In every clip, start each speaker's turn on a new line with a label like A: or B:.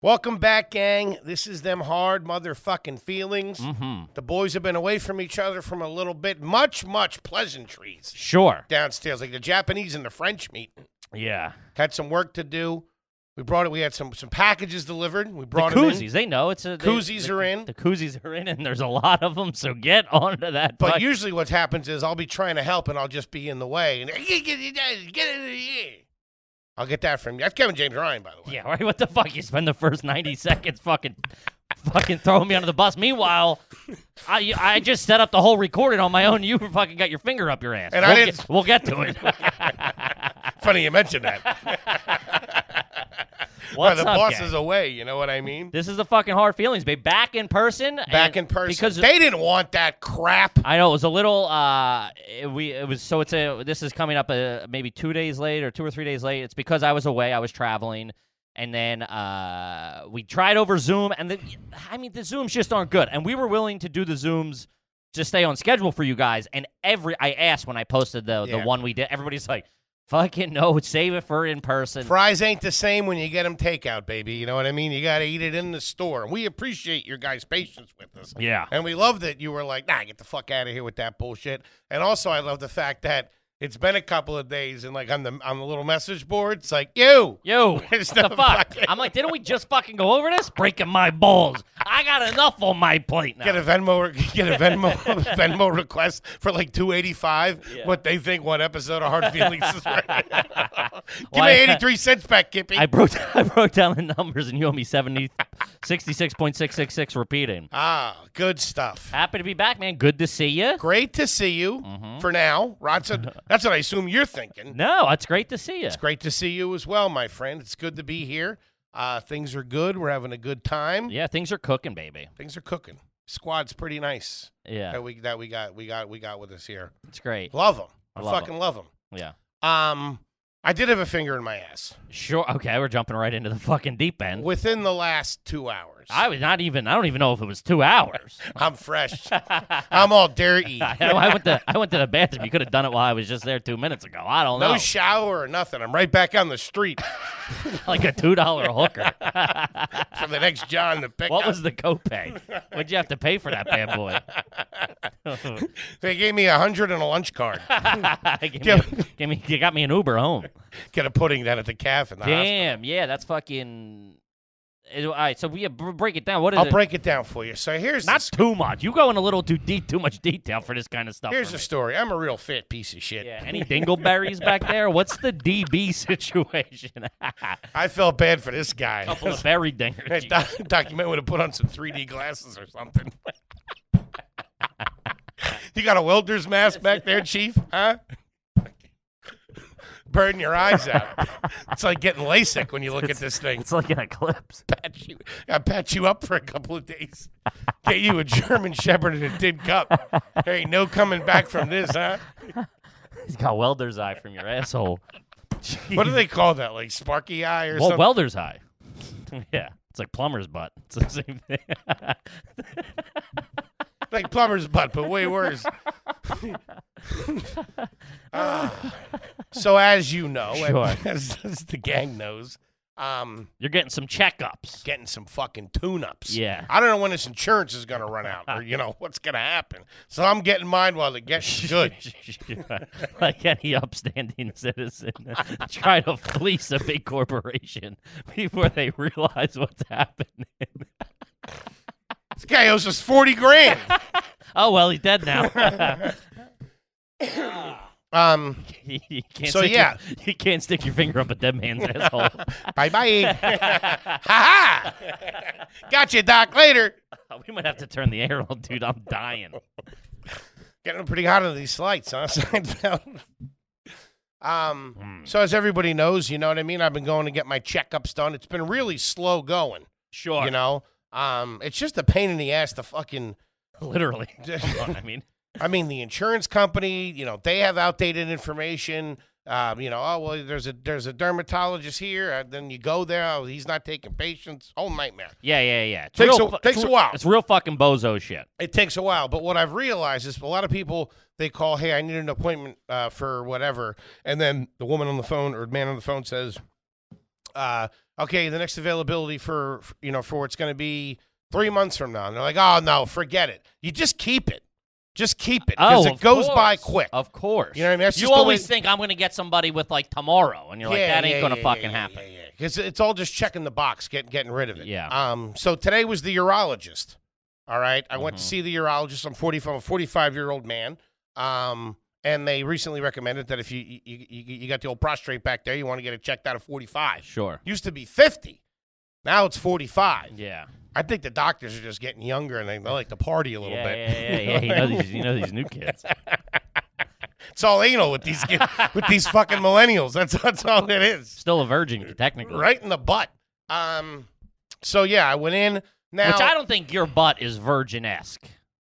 A: Welcome back, gang. This is them hard motherfucking feelings.
B: Mm.
A: The boys have been away from each other from a little bit. Much, much pleasantries
B: Sure.
A: downstairs, like the Japanese and the French meeting.
B: Yeah.
A: Had some work to do. We brought it. We had some some packages delivered. We
B: The
A: brought them in.
B: koozies, they know it's a they-
A: Koozies
B: the-
A: are in.
B: The koozies are in, and there's a lot of them. So get onto that.
A: But
B: fuck-
A: usually, what happens is I'll be trying to help and I'll just be in the way. And get it, get it. I'll get that from you. That's Kevin James Ryan, by the way.
B: yeah, right. What the fuck? You spend the first ninety seconds fucking, fucking throwing me under the bus. Meanwhile, I you- I just set up the whole recording on my own. You fucking got your finger up your ass.
A: And I
B: we'll
A: didn't-
B: Get, we'll get to it.
A: Funny you mentioned that. Well,
B: What's
A: the
B: up,
A: boss
B: gang?
A: is away. You know what I mean?
B: This is the fucking hard feelings, babe. Back in person.
A: Back
B: and-
A: in person
B: Because
A: they didn't want that crap.
B: I know it was a little. Uh, it- we it was so it's a. This is coming up uh, maybe two days late or two or three days late. It's because I was away. I was traveling, and then uh, we tried over Zoom, and the, I mean the Zooms just aren't good. And we were willing to do the Zooms to stay on schedule for you guys. And every I asked when I posted the
A: Yeah.
B: the one we did, everybody's like, "Fucking no, save it for in person."
A: Fries ain't the same when you get them takeout, baby. You know what I mean? You got to eat it in the store. And we appreciate your guys' patience with us.
B: yeah,
A: And we love that you were like, nah, get the fuck out of here with that bullshit. And also, I love the fact that it's been a couple of days and, like, on the, on the little message board, it's like, you.
B: Yo,
A: It's
B: what
A: not
B: the fuck?
A: fucking-
B: I'm like, didn't we just fucking go over this? Breaking my balls. I got enough on my plate now.
A: Get a Venmo, get a Venmo, Venmo request for like two eighty five. What they think one episode of Hard Feelings is right. Give
B: Why-
A: me eighty three cents back, Kippy.
B: I broke I broke down the numbers and you owe me 70 66.666 repeating.
A: ah, good stuff.
B: Happy to be back, man. Good to see you.
A: Great to see you for now, Rodson. That's what I assume you're thinking.
B: No, it's great to see you.
A: It's great to see you as well, my friend. It's good to be here. Uh, things are good. We're having a good time.
B: Yeah, things are cooking, baby.
A: Things are cooking. Squad's pretty nice
B: Yeah,
A: that we that we got we got we got with us here.
B: it's great.
A: Love them. I,
B: I love 'em.
A: fucking love 'em.
B: Yeah.
A: love them. Um, I did have a finger in my ass
B: Sure. Okay, we're jumping right into the fucking deep end.
A: within the last two hours.
B: I was not even I don't even know if it was 2 hours.
A: I'm fresh. I'm all dirty.
B: I, I went to I went to the bathroom. You could have done it while I was just there 2 minutes ago. I don't know.
A: No shower or nothing. I'm right back on the street
B: like a $2 hooker.
A: for the next John to pick
B: what
A: up.
B: was the copay? What'd you have to pay for that bad boy?
A: They gave me a hundred and a lunch card.
B: give, me, a- give me, you got me an Uber home.
A: Get a pudding then at the calf in the hospital.
B: Damn, yeah, that's fucking. it- all right, so we yeah, br- break it down. What is
A: I'll
B: it?
A: break it down for you. So here's the
B: Not too much. You go in a little too deep, too much detail for this kind of stuff.
A: Here's
B: for
A: the
B: me.
A: story. I'm a real fat piece of shit.
B: yeah. Any dingleberries back there? What's the DB situation? Couple
A: I felt bad for this guy.
B: of berry
A: That
B: dingers.
A: doc- document would have put on some 3D glasses or something. you got a welder's mask back there, Chief? Huh? Burning your eyes out. It's like getting LASIK when you look at this thing.
B: It's like an eclipse.
A: Patch you, I patch you up for a couple of days. Get you a German Shepherd and a tin cup. There ain't no coming back from this, huh?
B: He's got welder's eye from your asshole.
A: What do they call that? Like Sparky Eye or
B: Well,
A: something?
B: welder's eye. yeah, it's like plumber's butt. It's the same thing.
A: like plumber's butt, but way worse. Ah. so as you know, and
B: Sure.
A: as, as the gang knows, um,
B: You're getting some checkups.
A: getting some fucking tune-ups.
B: Yeah.
A: I don't know when this insurance is gonna run out, or you know what's gonna happen. So I'm getting mine while it gets good.
B: like any upstanding citizen, try to fleece a big corporation before they realize what's happening.
A: this guy owes us forty grand.
B: Oh well, he's dead now.
A: Um,
B: you can't
A: So,
B: stick
A: yeah.
B: your, you can't stick your finger up a dead man's asshole.
A: bye bye. ha ha. Got you, Doc. Later.
B: Oh, we might have to turn the air on, dude. I'm dying.
A: Getting pretty hot on these lights, huh, Seinfeld? Um,
B: Hmm.
A: So, as everybody knows, you know what I mean? I've been going to get my checkups done. It's been really slow going,
B: Sure,
A: you know? Um, it's just a pain in the ass to fucking.
B: literally. Come on, I mean,
A: I mean, the insurance company, you know, they have outdated information. Um, you know, oh well, there's a there's a dermatologist here. Uh, then you go there. Oh, he's not taking patients. Whole nightmare.
B: yeah, yeah, yeah. It's
A: Takes
B: real
A: a-
B: fu-
A: takes
B: it's
A: a
B: re-
A: while.
B: It's real fucking bozo shit.
A: It takes a while, but what I've realized is a lot of people they call, "Hey, I need an appointment uh, for whatever," and then the woman on the phone or man on the phone says, uh, okay, the next availability for, for you know for it's going to be three months from now, and they're like, oh no, forget it. You just keep it, just keep it because
B: Oh,
A: it
B: of
A: goes by
B: course.
A: quick.
B: Of course.
A: You know what I mean? That's
B: you
A: just the
B: always
A: way-
B: think I'm going to get somebody with like tomorrow, and you're like, that ain't going to fucking happen.
A: Because it's all just checking the box, get, getting rid of it.
B: Yeah.
A: Um. So today was the urologist. All right. I went to
B: Mhm.
A: see the urologist. I'm 45, a 45 year old man. Um. And they recently recommended that if you you, you you got the old prostate back there, you want to get it checked out at 45.
B: Sure.
A: Used to be 50. Now it's 45.
B: Yeah.
A: I think the doctors are just getting younger and they, they like to party a little
B: yeah,
A: bit.
B: Yeah, yeah, yeah. You know these, you know these new kids.
A: It's all anal with these kids- with these fucking millennials. That's that's all it is.
B: Still a virgin, technically.
A: right in the butt. Um, so yeah, I went in. Now
B: Which I don't think your butt is virgin esque.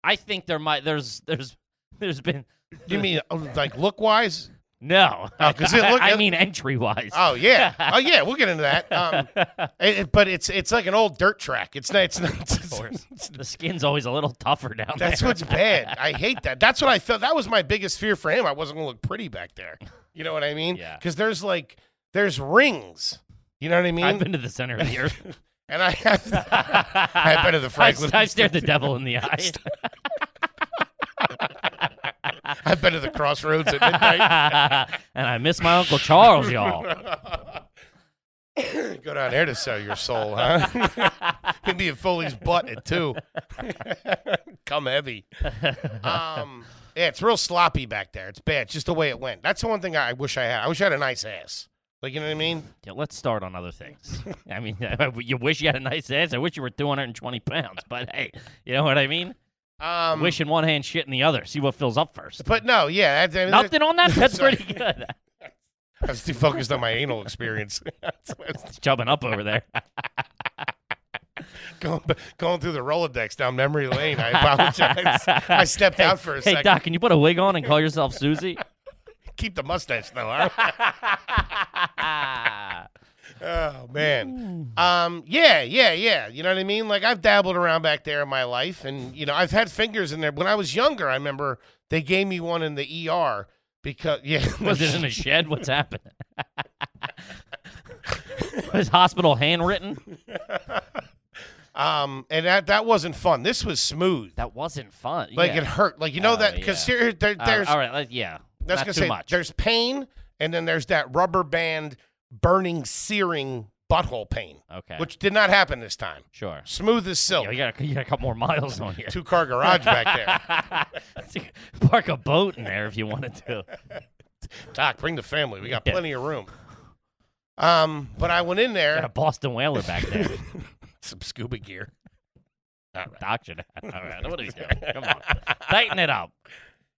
B: I think there might there's there's there's been
A: you mean uh, like look wise?
B: no.
A: Oh, 'cause it look-
B: I mean entry wise.
A: Oh yeah, oh yeah. We'll get into that. Um, it- it- but it's it's like an old dirt track. It's not. It's not.
B: the skin's always a little tougher down there.
A: that's what's bad. I hate that. That's what I felt. That was my biggest fear for him. I wasn't gonna look pretty back there. You know what I mean?
B: Yeah.
A: Because there's like there's rings. You know what I mean?
B: I've been to the center of the earth.
A: and I have.
B: I've
A: been to the Franklin
B: I, stared the devil in the eye.
A: I've been to the crossroads at midnight.
B: and I miss my Uncle Charles, y'all.
A: Go down there to sell your soul, huh? You'd be in Foley's butt at two. Come heavy. Um, yeah, it's real sloppy back there. It's bad. It's just the way it went. That's the one thing I wish I had. I wish I had a nice ass. Like, you know what I mean?
B: Yeah, let's start on other things. I mean, you wish you had a nice ass. I wish you were 220 pounds, but hey, you know what I mean?
A: Um,
B: wish in one hand, shit in the other. See what fills up first.
A: But no, yeah. I, I mean,
B: Nothing on that? That's
A: Sorry.
B: pretty good.
A: I was too focused on my anal experience. That's why I was
B: It's chubbing up over there.
A: going, going through the Rolodex down memory lane. I apologize. I stepped out for a
B: hey,
A: second.
B: Doc, can you put a wig on and call yourself Susie?
A: Keep the mustache, though, huh?
B: Ah.
A: Oh man.
B: Mm.
A: Um yeah, yeah, yeah. You know what I mean? Like I've dabbled around back there in my life and you know, I've had fingers in there. When I was younger, I remember they gave me one in the ER because yeah.
B: Was it in a shed? What's happened? Was hospital handwritten?
A: um and that that wasn't fun. This was smooth.
B: That wasn't fun.
A: Like
B: yeah.
A: it hurt. Like you know
B: Oh,
A: that cuz here there,
B: Uh,
A: there's
B: all right, let- yeah.
A: that's
B: not
A: gonna
B: too
A: say
B: much.
A: there's pain and then there's that rubber band burning searing butthole pain.
B: Okay.
A: Which did not happen this time.
B: Sure.
A: Smooth as silk.
B: Yeah, you, got a, you got a couple more miles on here.
A: Two car garage back there.
B: Park a boat in there if you wanted to.
A: Doc, bring the family. We got
B: Yeah.
A: plenty of room. Um, but I went in
B: Got a
A: there,
B: Boston whaler back there.
A: some scuba gear.
B: Doctor, all right, what are you doing? Come on, tighten it up.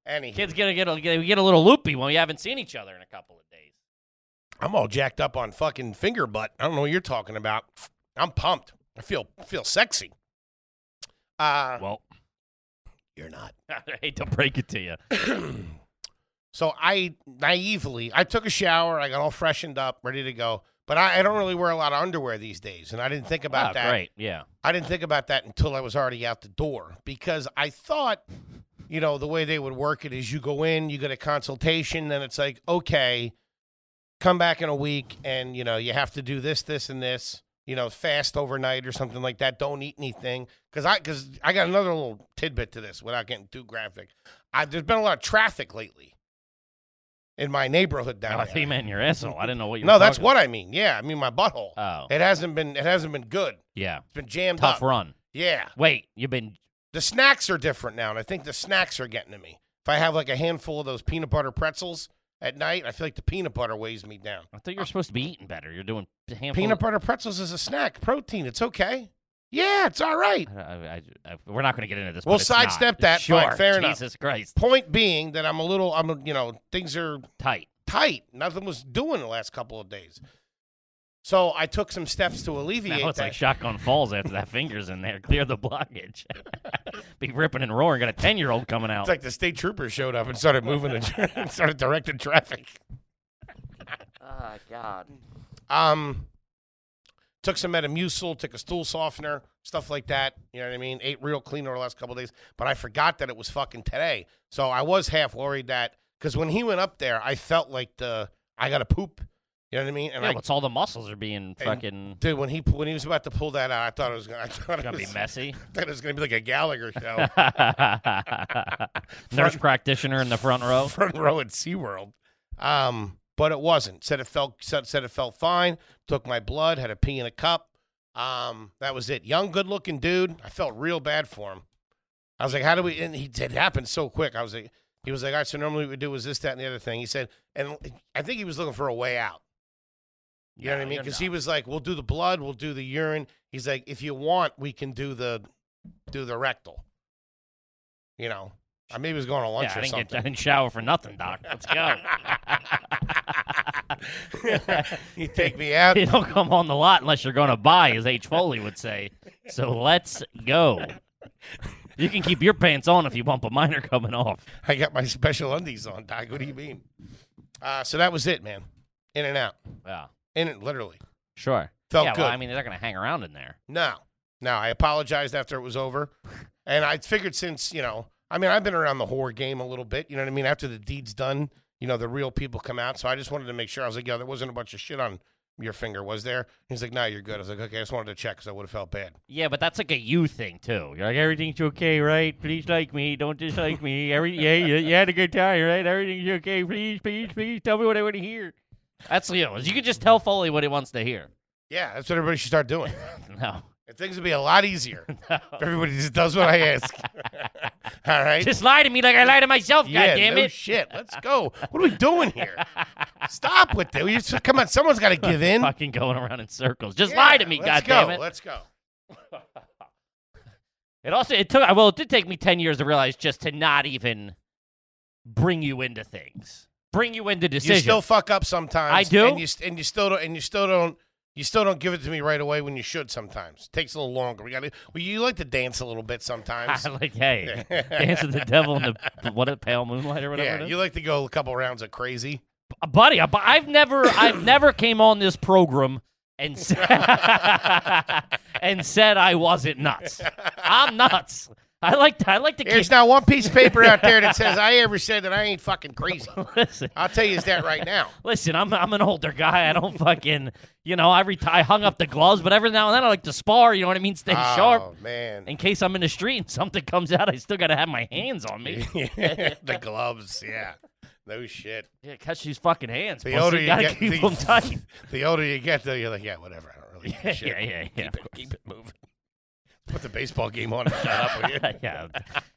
A: Anyhow,
B: Kids gonna get a, get, we get a little loopy when we haven't seen each other in a couple of days.
A: I'm all jacked up on fucking finger butt. I don't know what you're talking about. I'm pumped. I feel feel sexy. Uh,
B: Well,
A: you're not.
B: I hate to break it to you.
A: So I naively, I took a shower. I got all freshened up, ready to go. But I, I don't really wear a lot of underwear these days, and I didn't think about
B: oh,
A: that.
B: great, yeah.
A: I didn't think about that until I was already out the door because I thought, you know, the way they would work it is you go in, you get a consultation, then it's like, okay, come back in a week and, you know, you have to do this, this, and this, you know, fast overnight or something like that. Don't eat anything. Cause I, cause I got another little tidbit to this without getting too graphic. I, there's been a lot of traffic lately in my neighborhood
B: Oh,
A: down
B: I
A: there.
B: thought you meant your asshole. I didn't know what you.
A: no,
B: were
A: that's
B: talking
A: what I mean. Yeah. I mean, my butthole.
B: about. Oh,
A: it hasn't been, it hasn't been good.
B: yeah.
A: It's been jammed
B: Tough
A: up.
B: run.
A: Yeah.
B: Wait, you've been
A: The snacks are different now, and I think the snacks are getting to me. If I have like a handful of those peanut butter pretzels at night, I feel like the peanut butter weighs me down.
B: I thought you were supposed to be eating better. You're doing a handful.
A: Peanut
B: of-
A: butter pretzels is a snack, protein. It's okay. Yeah, it's all right.
B: I, I, I, we're not going to get into this.
A: We'll
B: but it's not.
A: sidestep that,
B: Sure.
A: fine, fair enough.
B: Jesus Christ,
A: Point being that I'm a little, I'm, a, you know, things are
B: tight.
A: tight. Nothing was doing the last couple of days. So I took some steps to alleviate
B: Now it's
A: that.
B: like shotgun falls after that finger's in there. Clear the blockage. be ripping and roaring. Got a ten year old coming out.
A: It's like the state troopers showed up and started moving and started directing traffic.
B: oh God.
A: Um, took some Metamucil, took a stool softener, stuff like that. You know what I mean? Ate real clean over the last couple of days, but I forgot that it was fucking today. So I was half worried that because when he went up there, I felt like the I got to poop You know what I mean? And
B: yeah,
A: I
B: what's all the muscles are being fucking
A: dude, when he pu- when he was about to pull that out, I thought it was gonna, I thought it
B: gonna be
A: was,
B: messy.
A: I thought it was gonna be like a Gallagher show,
B: Nurse practitioner in the front row.
A: front row at SeaWorld. Um, but it wasn't. Said it felt said, said it felt fine. Took my blood, had a pee in a cup. Um, that was it. Young, good looking dude. I felt real bad for him. I was like, how do we? And he it happened so quick. I was like, he was like, all right. So normally what we do is this, that, and the other thing. He said, and I think he was looking for a way out. You know what I mean? Because he was like, "We'll do the blood, we'll do the urine." He's like, "If you want, we can do the do the rectal." You know, I maybe he was going to lunch
B: yeah, I
A: or
B: didn't, get, I
A: something.
B: didn't shower for nothing, Doc. Let's go.
A: you take me out.
B: you don't come on the lot unless you're going to buy, as H. Foley would say. So let's go. You can keep your pants on if you bump a minor coming off.
A: I got my special undies on, Doc. What do you mean? Uh, so that was it, man. In and out.
B: Yeah,
A: In it, literally.
B: sure.
A: Felt
B: yeah,
A: good.
B: well, I mean, they're not going to hang around in there.
A: No, no. I apologized after it was over, and I figured since you know, I mean, I've been around the horror game a little bit. You know what I mean? After the deed's done, you know, the real people come out. So I just wanted to make sure. I was like, yo, there wasn't a bunch of shit on your finger, was there? He's like, no, you're good. I was like, okay, I just wanted to check because I would have felt bad.
B: Yeah, but that's like a you thing too. You're like everything's okay, right? Please like me, don't dislike me. Every yeah, you, you had a good time, right? Everything's okay. Please, please, pleos. Tell me what I want to hear. That's Leo. You can just tell Foley what he wants to hear.
A: Yeah, that's what everybody should start doing.
B: No,
A: and things would be a lot easier if
B: no.
A: everybody just does what I ask. All right.
B: just lie to me like I lie to myself.
A: yeah,
B: God damn
A: no
B: it.
A: shit. Let's go. What are we doing here? Stop with it. We just- Come on, someone's got to give in.
B: Fucking going around in circles. Just lie to
A: Yeah,
B: me.
A: Let's
B: God
A: go.
B: damn it.
A: Let's go.
B: It also it took well, it did take me ten years to realize just to not even bring you into things, bring you into decisions.
A: You still fuck up sometimes.
B: I do?
A: and you st- and you still don't, and you still don't, you still don't give it to me right away when you should. Sometimes it takes a little longer. We got to. Well, you like to dance a little bit sometimes.
B: I'm like, hey, dance with the devil in the what a pale moonlight or whatever.
A: yeah,
B: it is.
A: you like to go a couple rounds of crazy.
B: Uh, buddy. I, I've never, I've never came on this program and said, and said I wasn't nuts. I'm nuts. I like, to, I like to
A: There's
B: keep.
A: not one piece of paper out there that says I ever said that I ain't fucking crazy.
B: Listen,
A: I'll tell you is that right now.
B: listen. I'm, I'm an older guy. I don't fucking, you know. I reti- I hung up the gloves, but every now and then I like to spar. You know what I mean? Stay sharp
A: Oh man,
B: in case I'm in the street and something comes out. I still gotta have my hands on me.
A: the gloves. Yeah, no shit.
B: Yeah, catch these fucking hands.
A: The
B: pussy.
A: older you
B: gotta
A: get,
B: keep
A: the-
B: them tight.
A: The older you get, though, you're like, yeah, whatever. I don't really. give a
B: yeah,
A: shit.
B: yeah, yeah.
A: Keep it, keep it moving. Put the baseball game on and shut up. will you?
B: yeah,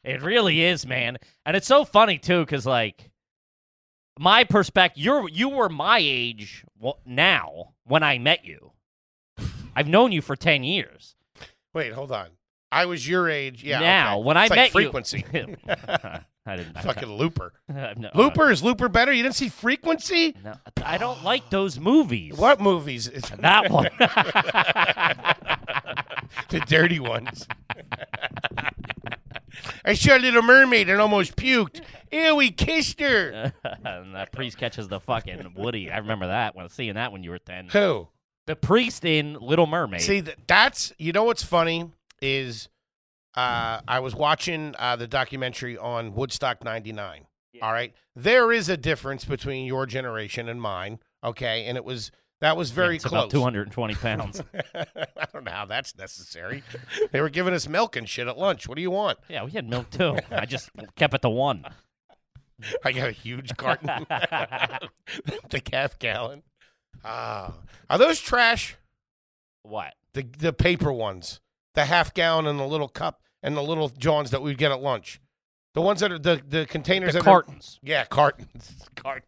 B: it really is, man. And it's so funny too, because like my perspective, you're you were my age wa- now when I met you. I've known you for ten years.
A: Wait, hold on. I was your age. Yeah.
B: now
A: okay.
B: when I
A: It's like
B: met
A: frequency.
B: you, frequency. I didn't. I,
A: Fucking Looper.
B: I've no,
A: Looper is Looper better? You didn't see Frequency?
B: No, I don't like those movies.
A: What movies? It's
B: That one.
A: the dirty ones. I saw Little Mermaid and almost puked. Ew, we kissed her.
B: and that priest catches the fucking Woody. I remember that when seeing that when you were ten.
A: Who?
B: The priest in Little Mermaid.
A: See, th- that's you know what's funny is uh, I was watching uh, the documentary on Woodstock '99. All right, there is a difference between your generation and mine. Okay, and it was that was very
B: it's
A: close.
B: about 220 pounds.
A: I don't know how that's necessary. they were giving us milk and shit at lunch. What do you want?
B: Yeah, we had milk too. I just kept it to one.
A: I got a huge carton, the calf gallon. Ah, are those trash?
B: What?
A: the the paper ones, the half gallon and the little cup and the little johns that we'd get at lunch, the ones that are the the containers
B: The
A: that Are,
B: cartons.
A: yeah, cartons, cartons,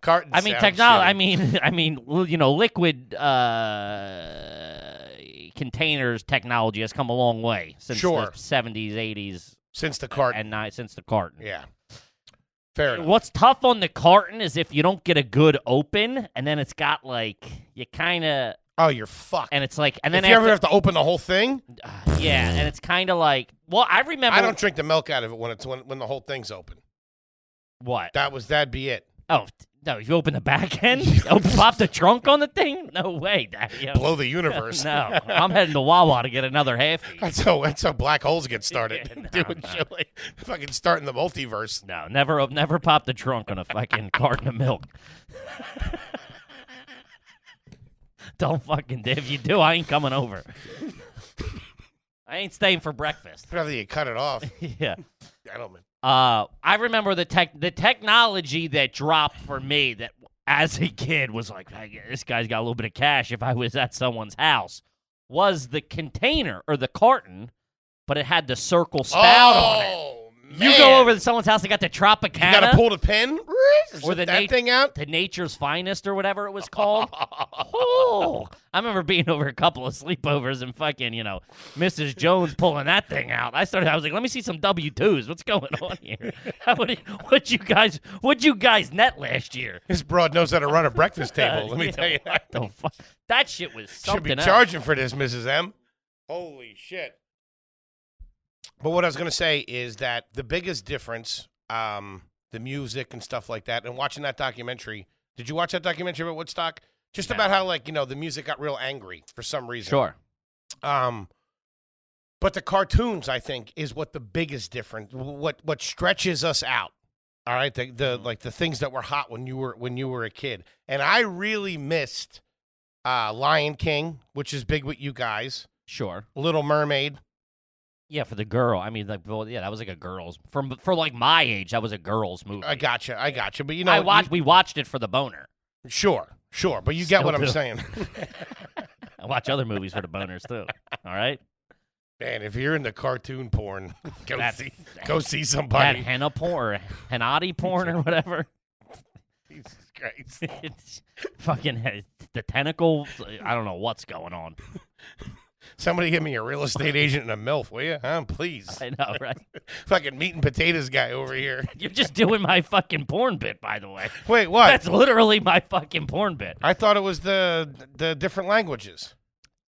A: cartons.
B: I mean,
A: sounds
B: technology.
A: silly.
B: I mean, I mean, l- you know, liquid uh, containers technology has come a long way since
A: Sure.
B: the 70s, 80s,
A: since the carton.
B: and ni- since the carton.
A: yeah, fair enough.
B: What's tough on the carton is if you don't get a good open, and then it's got like you kind of,
A: Oh, you're fucked.
B: and it's like, and then
A: if you ever
B: after,
A: have to open the whole thing,
B: yeah, and it's kind of like, well, I remember
A: I don't drink the milk out of it when it's when, when the whole thing's open.
B: what
A: That was that'd be it.
B: Oh t- no! You open the back end, oh, pop the trunk on the thing. No way, Daddy. Oh,
A: Blow the universe.
B: No, I'm heading to Wawa to get another halfie.
A: That's how that's how black holes get started.
B: Yeah, no,
A: Doing
B: no.
A: shit like fucking starting the multiverse.
B: No, never, op- never pop the trunk on a fucking carton of milk. don't fucking. If you do, I ain't coming over. I ain't staying for breakfast.
A: I'd rather you cut it off,
B: yeah.
A: gentlemen.
B: Uh, I remember the tech, the technology that dropped for me that as a kid was like, "Hey, this guy's got a little bit of cash. If I was at someone's house, was the container or the carton, but it had the circle spout on it.
A: oh,
B: You
A: man.
B: go over to someone's house, they got the
A: You gotta
B: Tropicana,
A: pull the pin,
B: Or
A: or
B: the
A: that
B: nat-
A: thing out.
B: the Nature's Finest or whatever it was called. oh, I remember being over a couple of sleepovers and fucking, you know, Mrs. Jones pulling that thing out. I started. I was like, let me see some W twos. What's going on here? How would what you guys? What you guys net last year?
A: This broad knows how to run a breakfast table. Let me
B: Yeah,
A: tell you that.
B: The fuck? That shit was
A: Should be
B: something. else.
A: charging for this, Mrs. M. Holy shit. But what I was going to say is that the biggest difference, um, the music and stuff like that, and watching that documentary. Did you watch that documentary about Woodstock? Just
B: No.
A: about how, like, you know, the music got real angry for some reason.
B: Sure.
A: Um, but the cartoons, I think, is what the biggest difference. What what stretches us out. All right, the the
B: Mm-hmm.
A: like the things that were hot when you were when you were a kid, and I really missed uh, Lion King, which is big with you guys.
B: Sure.
A: Little Mermaid.
B: Yeah, for the girl. I mean, like, well, yeah, that was like a girl's from for like my age. That was a girl's movie.
A: I gotcha, I gotcha. But you know,
B: I
A: you-
B: watched. we watched it for the boner.
A: sure, sure. But you get
B: Still
A: what I'm
B: do.
A: saying,
B: I watch other movies for the boners too. All right.
A: man. If you're into cartoon porn, go
B: That's-
A: see go see
B: that
A: somebody.
B: henna porn or henati porn or whatever.
A: Jesus Christ.
B: it's fucking has- the tentacles. I don't know what's going on.
A: Somebody give me a real estate agent and a milf, will you? Huh? Please.
B: I know, right?
A: fucking meat and potatoes guy over here.
B: You're just doing my fucking porn bit, by the way.
A: Wait, what?
B: That's literally my fucking porn bit.
A: I thought it was the the different languages.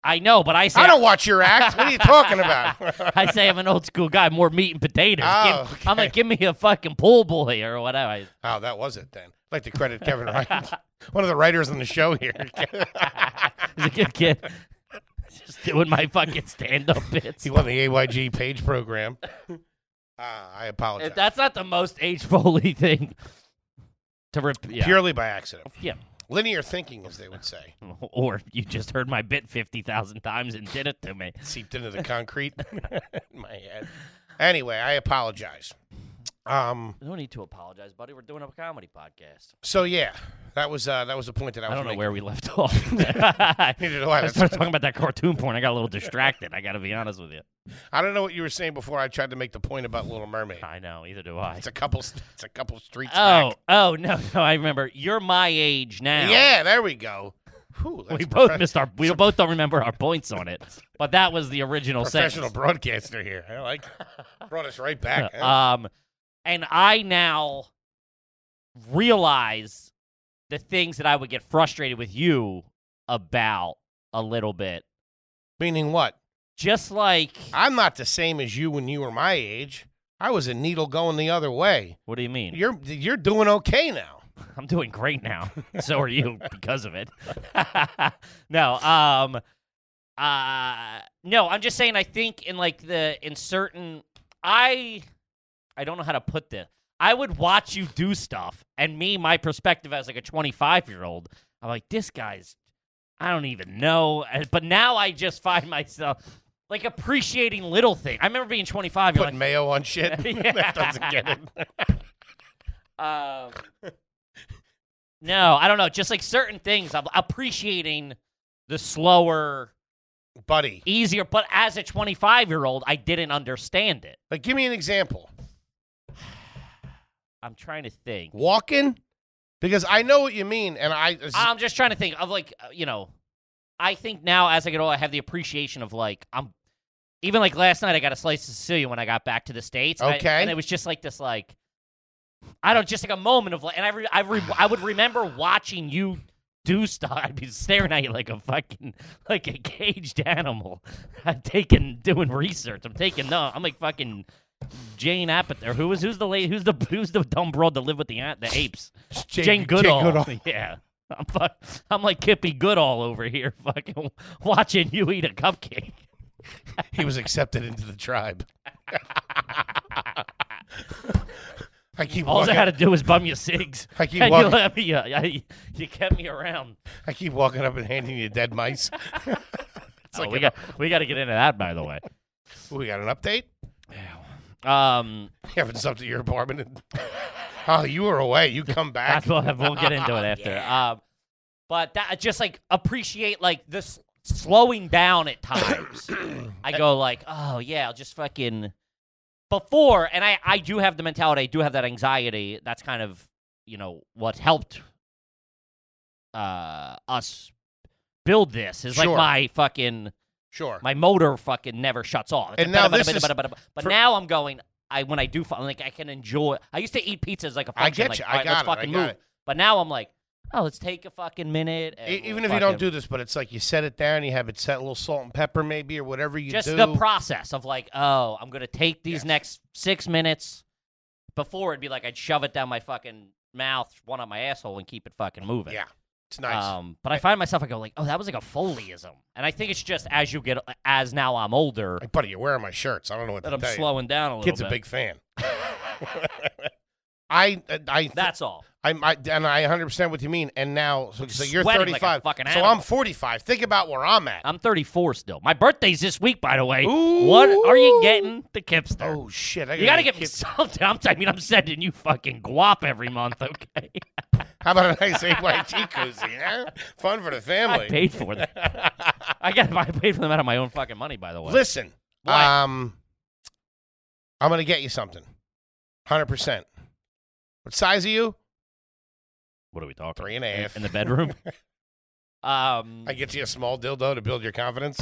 B: I know, but I say
A: I don't watch your act. What are you talking about?
B: I say I'm an old school guy, more meat and potatoes.
A: Oh,
B: Give- I'm like, give me a fucking pool boy or whatever.
A: oh, that was it then. I'd like to credit Kevin Ryan, one of the writers on the show here.
B: He's a good kid. Just doing my fucking stand up bits.
A: he won the AYG page program. Ah, I apologize.
B: If That's not the most age Foley thing to rip. Yeah.
A: Purely by accident.
B: yeah.
A: Linear thinking, as they would say,
B: Or you just heard my bit 50,000 times and did it to me.
A: seeped into the concrete in my head. Anyway, I apologize. Um.
B: No need to apologize, buddy. We're doing a comedy podcast.
A: So yeah, that was uh, that was the point that I
B: I,
A: was
B: don't know
A: making.
B: where we left off. I
A: Neither do I. That's-
B: started talking about that cartoon porn. I got a little distracted. I got to be honest with you.
A: I don't know what you were saying before. I tried to make the point about Little Mermaid.
B: I know. Either do I.
A: It's a couple. It's a couple streets.
B: Oh,
A: back.
B: oh no, no! I remember. You're my age now.
A: yeah. There we go. Whew, that's
B: We both
A: profe-
B: missed our. We both don't remember our points on it. But that was the original
A: professional
B: sentence.
A: broadcaster here. I like brought us right back. huh?
B: Um, and I now realize the things that I would get frustrated with you about a little bit.
A: Meaning what?
B: Just like,
A: I'm not the same as you when you were my age. I was a needle going the other way.
B: what do you mean?
A: You're you're doing okay now.
B: I'm doing great now. so are you because of it. no, um uh no, I'm just saying I think in like the in certain I I don't know how to put this. I would watch you do stuff and me my perspective as like a 25-year-old, I'm like this guy's I don't even know, And- but now I just find myself like appreciating little things. I remember being 25 you're
A: Putting mayo on shit.
B: Yeah.
A: that doesn't get it.
B: Um, no, I don't know. Just like certain things, I'm appreciating the slower,
A: Buddy,
B: easier. But as a 25 year old, I didn't understand it.
A: like give me an example.
B: I'm trying to think.
A: Walking? Because I know what you mean and I this is-
B: I'm just trying to think of like uh, you know. I think now as I get older, I have the appreciation of like I'm. Even like last night, I got a slice of Sicilian when I got back to the states. and I-
A: Okay.
B: and it was just like this, like I don't just like a moment of like, and I re- I, re- I would remember watching you do stuff. I'd be staring at you like a fucking like a caged animal. I'm taking doing research. I'm taking no. I'm like fucking Jane Apatow. Who is who's the lady? Who's the who's the dumb broad that live with the ant- the apes?
A: Jane-
B: Jane
A: Jane
B: Goodall.
A: Goodall.
B: Yeah. I'm, fu- I'm like Kippy Goodall over here, fucking watching you eat a cupcake.
A: he was accepted into the tribe. I keep
B: All I
A: walking.
B: had to do was bum your cigs.
A: I keep
B: and you
A: walking.
B: let me. Uh, I, you kept me around.
A: I keep walking up and handing you dead mice. it's
B: Oh,
A: like
B: we
A: an-
B: got we got to get into that, by the way.
A: we got an update.
B: Um,
A: Having something to your apartment. oh, you were away. You come back.
B: that's what- we'll get into it after. Um, but that just like appreciate like this slowing down at times. I go like, oh yeah, I'll just fucking before, and I I do have the mentality, I do have that anxiety. That's kind of you know what helped uh us build this is
A: Sure.
B: like my fucking
A: sure.
B: my motor fucking never shuts off. It's
A: And
B: like,
A: now
B: bada,
A: this
B: bada,
A: is-
B: bada, bada, bada. but
A: for-
B: now I'm going. I when I do fi- like I can enjoy. I used to eat pizzas like a function.
A: I get
B: like,
A: you.
B: all
A: I
B: right,
A: got
B: let's
A: it. I
B: fucking
A: got
B: move.
A: it.
B: But now I'm like, oh, let's take a fucking minute. and
A: E-
B: we'll
A: Even if you don't
B: fucking-
A: do this, but it's like you set it down, you have it set a little salt and pepper maybe or whatever you
B: just
A: do.
B: the process of like, oh, I'm gonna take these
A: Yes.
B: next six minutes. Before it'd be like I'd shove it down my fucking mouth, one on my asshole, and keep it fucking moving.
A: yeah. It's nice.
B: Um, but I find myself I go like, oh, that was like a foleyism, and I think it's just as you get as now I'm older
A: like, buddy, you're wearing my shirts. I don't know what
B: that
A: to
B: I'm
A: tell you.
B: slowing down a little
A: Kid's
B: bit.
A: a big fan. I I
B: That's all.
A: I, I and I 100 percent what you mean. And now, so, so you're
B: Sweating like a
A: 35.
B: fucking
A: so I'm
B: animal.
A: 45. Think about where I'm at.
B: I'm 34 still. My birthday's this week, by the way.
A: Ooh.
B: What are you getting the Kipster?
A: oh shit! I
B: you gotta
A: get
B: get me something. I'm, I mean, I'm sending you fucking guap every month, okay?
A: How about a nice HYG koozie? Huh? Fun for the
B: I
A: family.
B: paid for them. I got I paid for them out of my own fucking money, by the way.
A: Listen,
B: What?
A: um, I'm gonna get you something. 100. percent What size are you?
B: what are we talking?
A: Three and a
B: In-
A: half.
B: in the bedroom. um,
A: I get you a small dildo to build your confidence.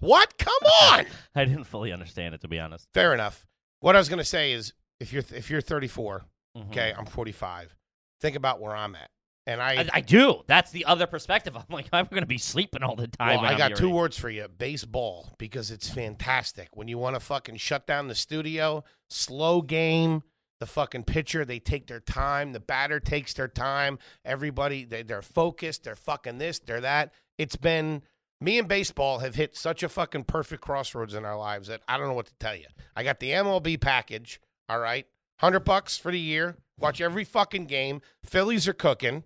A: what? Come on.
B: I didn't fully understand it to be honest.
A: Fair enough. What I was gonna say is, if you're if you're 34,
B: Mhm.
A: okay, I'm 45. Think about where I'm at, and I
B: I, I do. That's the other perspective. I'm like, I'm gonna be sleeping all the time.
A: Well,
B: when
A: I
B: I'm
A: got
B: your
A: two
B: age.
A: words for you: baseball, because it's fantastic. When you want to fucking shut down the studio, slow game. The fucking pitcher, they take their time. The batter takes their time. Everybody, they, they're focused. They're fucking this. They're that. It's been me and baseball have hit such a fucking perfect crossroads in our lives that I don't know what to tell you. I got the MLB package. All right, hundred bucks for the year. Watch every fucking game. Phillies are cooking.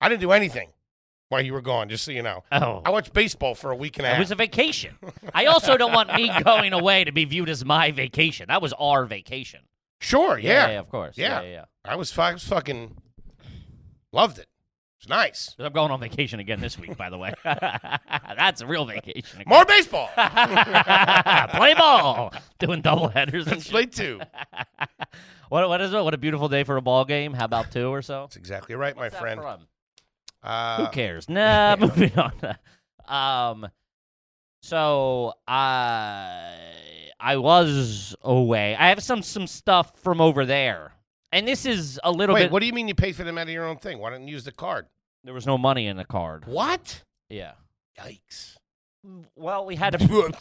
A: I didn't do anything while you were gone, just so you know.
B: Oh,
A: I watched baseball for a week and a
B: It
A: half.
B: was a vacation. I also don't want me going away to be viewed as my vacation. That was our vacation.
A: sure, yeah.
B: of course.
A: Yeah.
B: Yeah, yeah. yeah.
A: I was, fu- I was fucking loved it. It's nice.
B: 'Cause I'm going on vacation again this week, by the way. That's a real vacation.
A: More baseball.
B: Play ball, doing double headers and
A: Let's
B: shit.
A: play two.
B: What what is it? What a beautiful day for a ball game. How about two or so?
A: That's exactly right,
B: What's
A: my
B: that
A: friend.
B: from? Who
A: Uh,
B: cares? Nah, moving on. um, so I I was away. I have some some stuff from over there, and this is a little
A: wait,
B: bit.
A: what do you mean you paid for them out of your own thing? Why didn't you use the card?
B: There was no money in the card.
A: What?
B: Yeah.
A: Yikes.
B: Well, we had to.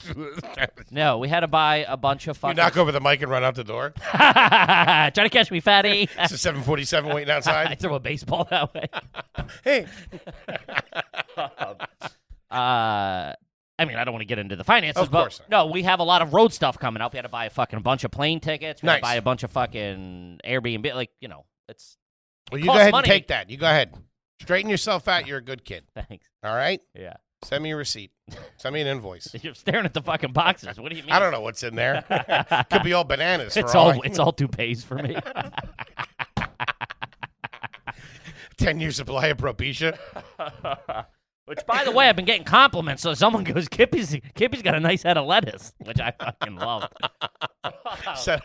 B: no, we had to buy a bunch of
A: you
B: fucking.
A: knock over the mic and run out the door.
B: Try to catch me, fatty.
A: It's a 747 waiting
B: I
A: outside.
B: throw a baseball that way.
A: hey,
B: uh, I mean, I don't want to get into the finances,
A: Of
B: but
A: course not.
B: no, we have a lot of road stuff coming up. We had to buy a fucking bunch of plane tickets. We had
A: Nice.
B: to buy a bunch of fucking Airbnb. Like, you know, it's
A: well, you go
B: Costs
A: ahead
B: money.
A: and take that. You go ahead. Straighten yourself out. You're a good kid.
B: thanks.
A: All right?
B: Yeah.
A: Send me a receipt. Send me an invoice.
B: You're staring at the fucking boxes. What do you mean?
A: I don't know what's in there. Could be all bananas. For
B: It's
A: all,
B: all
A: I-
B: it's all toupees for me.
A: ten year supply of Propecia.
B: which, by the way, I've been getting compliments. So someone goes, "Kippy's Kippy's got a nice head of lettuce," which I fucking love. Oh.
A: So,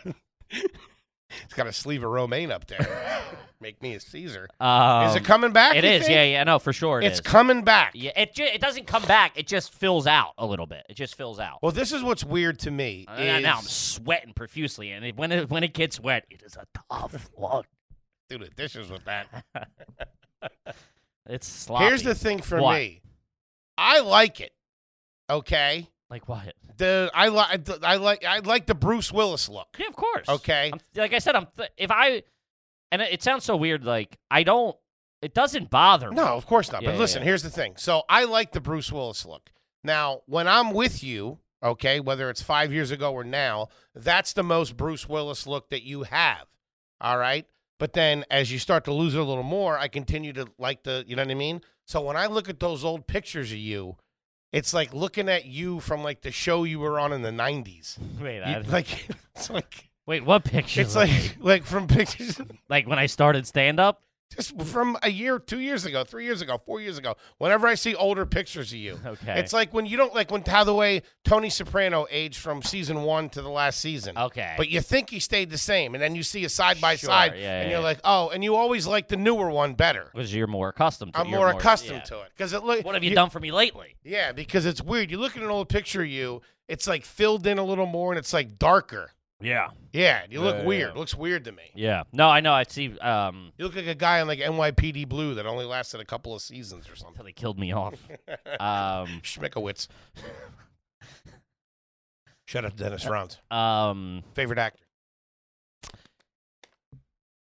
A: it's got a sleeve of romaine up there. Make me a Caesar.
B: Um,
A: is it coming back?
B: It
A: you
B: is,
A: think?
B: yeah, yeah, no, for sure. it
A: It's
B: is.
A: coming back.
B: Yeah, it ju- it doesn't come back. It just fills out a little bit. It just fills out.
A: Well, this is what's weird to me.
B: Uh, now- now I'm
A: is-
B: sweating profusely, and it, when it when it gets wet, it is a tough look.
A: do the dishes with that.
B: It's sloppy.
A: Here's the thing for
B: What?
A: me. I like it. Okay.
B: like what?
A: The I like I like I like the Bruce Willis look.
B: Yeah, of course.
A: Okay.
B: I'm, like I said, I'm th- if I and it, it sounds so weird. Like I don't. It doesn't bother me.
A: No, of course not.
B: Yeah,
A: but
B: yeah,
A: listen,
B: yeah.
A: here's the thing. So I like the Bruce Willis look. Now, when I'm with you, okay, whether it's five years ago or now, that's the most Bruce Willis look that you have. All right. But then as you start to lose it a little more, I continue to like the, you know what I mean? So when I look at those old pictures of you, it's like looking at you from like the show you were on in the 90s.
B: Wait,
A: You-
B: I,
A: like, it's like,
B: wait, what picture?
A: it's like, like from pictures,
B: like when I started stand up.
A: just from a year, two years ago, three years ago, four years ago. Whenever I see older pictures of you,
B: Okay.
A: it's like when you don't like when how the way Tony Soprano aged from season one to the last season.
B: okay.
A: But you think he stayed the same, and then you see a side by
B: Sure,
A: side,
B: yeah,
A: and
B: yeah,
A: you're
B: yeah.
A: like, oh, and you always like the newer one better.
B: because you're more accustomed to.
A: I'm
B: you're
A: more accustomed
B: yeah.
A: to it because it look.
B: What have you done for me lately?
A: Yeah, because it's weird. You look at an old picture of you, it's like filled in a little more, and it's like darker.
B: Yeah.
A: Yeah, you look
B: Yeah, yeah,
A: weird.
B: yeah.
A: Looks weird to me.
B: Yeah. No, I know. I see. Um,
A: You look like a guy on like NYPD Blue that only lasted a couple of seasons or something.
B: until they killed me off. um,
A: Schmickowitz. Shout out to Dennis Franz,
B: um,
A: favorite actor.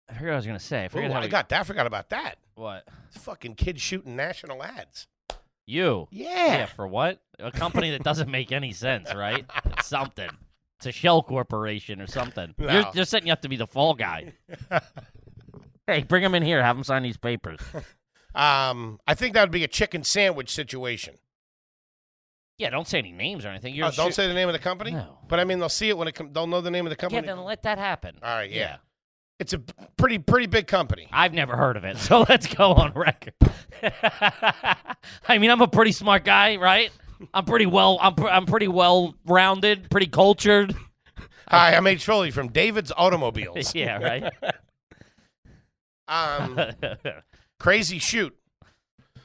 B: I forgot what I was gonna say. I
A: Ooh,
B: forgot how
A: I
B: we-
A: got that. I forgot about that.
B: what
A: Fucking kids shooting national ads.
B: you. Yeah,
A: Yeah.
B: for what? A company that doesn't make any sense, right? It's something. It's a shell corporation or something. You're,
A: No.
B: they're setting you up to be the fall guy. hey, bring him in here. Have him sign these papers.
A: Um, I think that would be a chicken sandwich situation.
B: Yeah, don't say any names or anything. You're
A: Oh, don't
B: shoo-
A: say the name of the company.
B: No.
A: But I mean, they'll see it when it com- they'll know the name of the
B: Yeah,
A: company.
B: then let that happen.
A: All right, yeah. it's a b- pretty pretty big company.
B: I've never heard of it, so let's go on record. I mean, I'm a pretty smart guy, right? I'm pretty well. I'm pr- I'm pretty well rounded, pretty cultured.
A: Hi, I'm H. Foley from David's Automobiles.
B: yeah, right.
A: Um, crazy shoot.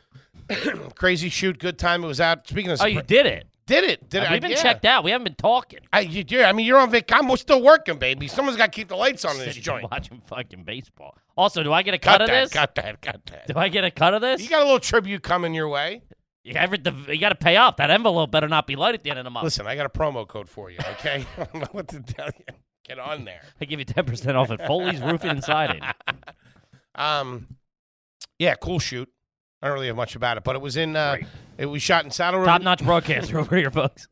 A: crazy shoot. Good time. It was out. Speaking of,
B: oh,
A: Supra-
B: you did it.
A: did it? Did
B: We've
A: I?
B: been
A: yeah.
B: checked out. We haven't been talking.
A: I, you, yeah, I mean, you're on vac. I'm still working, baby. Someone's got to keep the lights on in
B: Sitting
A: this
B: here
A: joint.
B: Watching fucking baseball. Also, do I get a
A: Got
B: cut of
A: that,
B: this?
A: Got that. Got that.
B: Do I get a cut of this?
A: You got a little tribute coming your way.
B: You got, you got to pay off. That envelope better not be light at the end of the month.
A: Listen, I got a promo code for you, okay? I don't know what to tell you. Get on there.
B: I give you ten percent off at Foley's Roofing and Siding.
A: Um, yeah, cool shoot. I don't really have much about it, but it was in. Uh,
B: Great.
A: it was shot in Saddle River.
B: Top notch broadcaster over here, folks.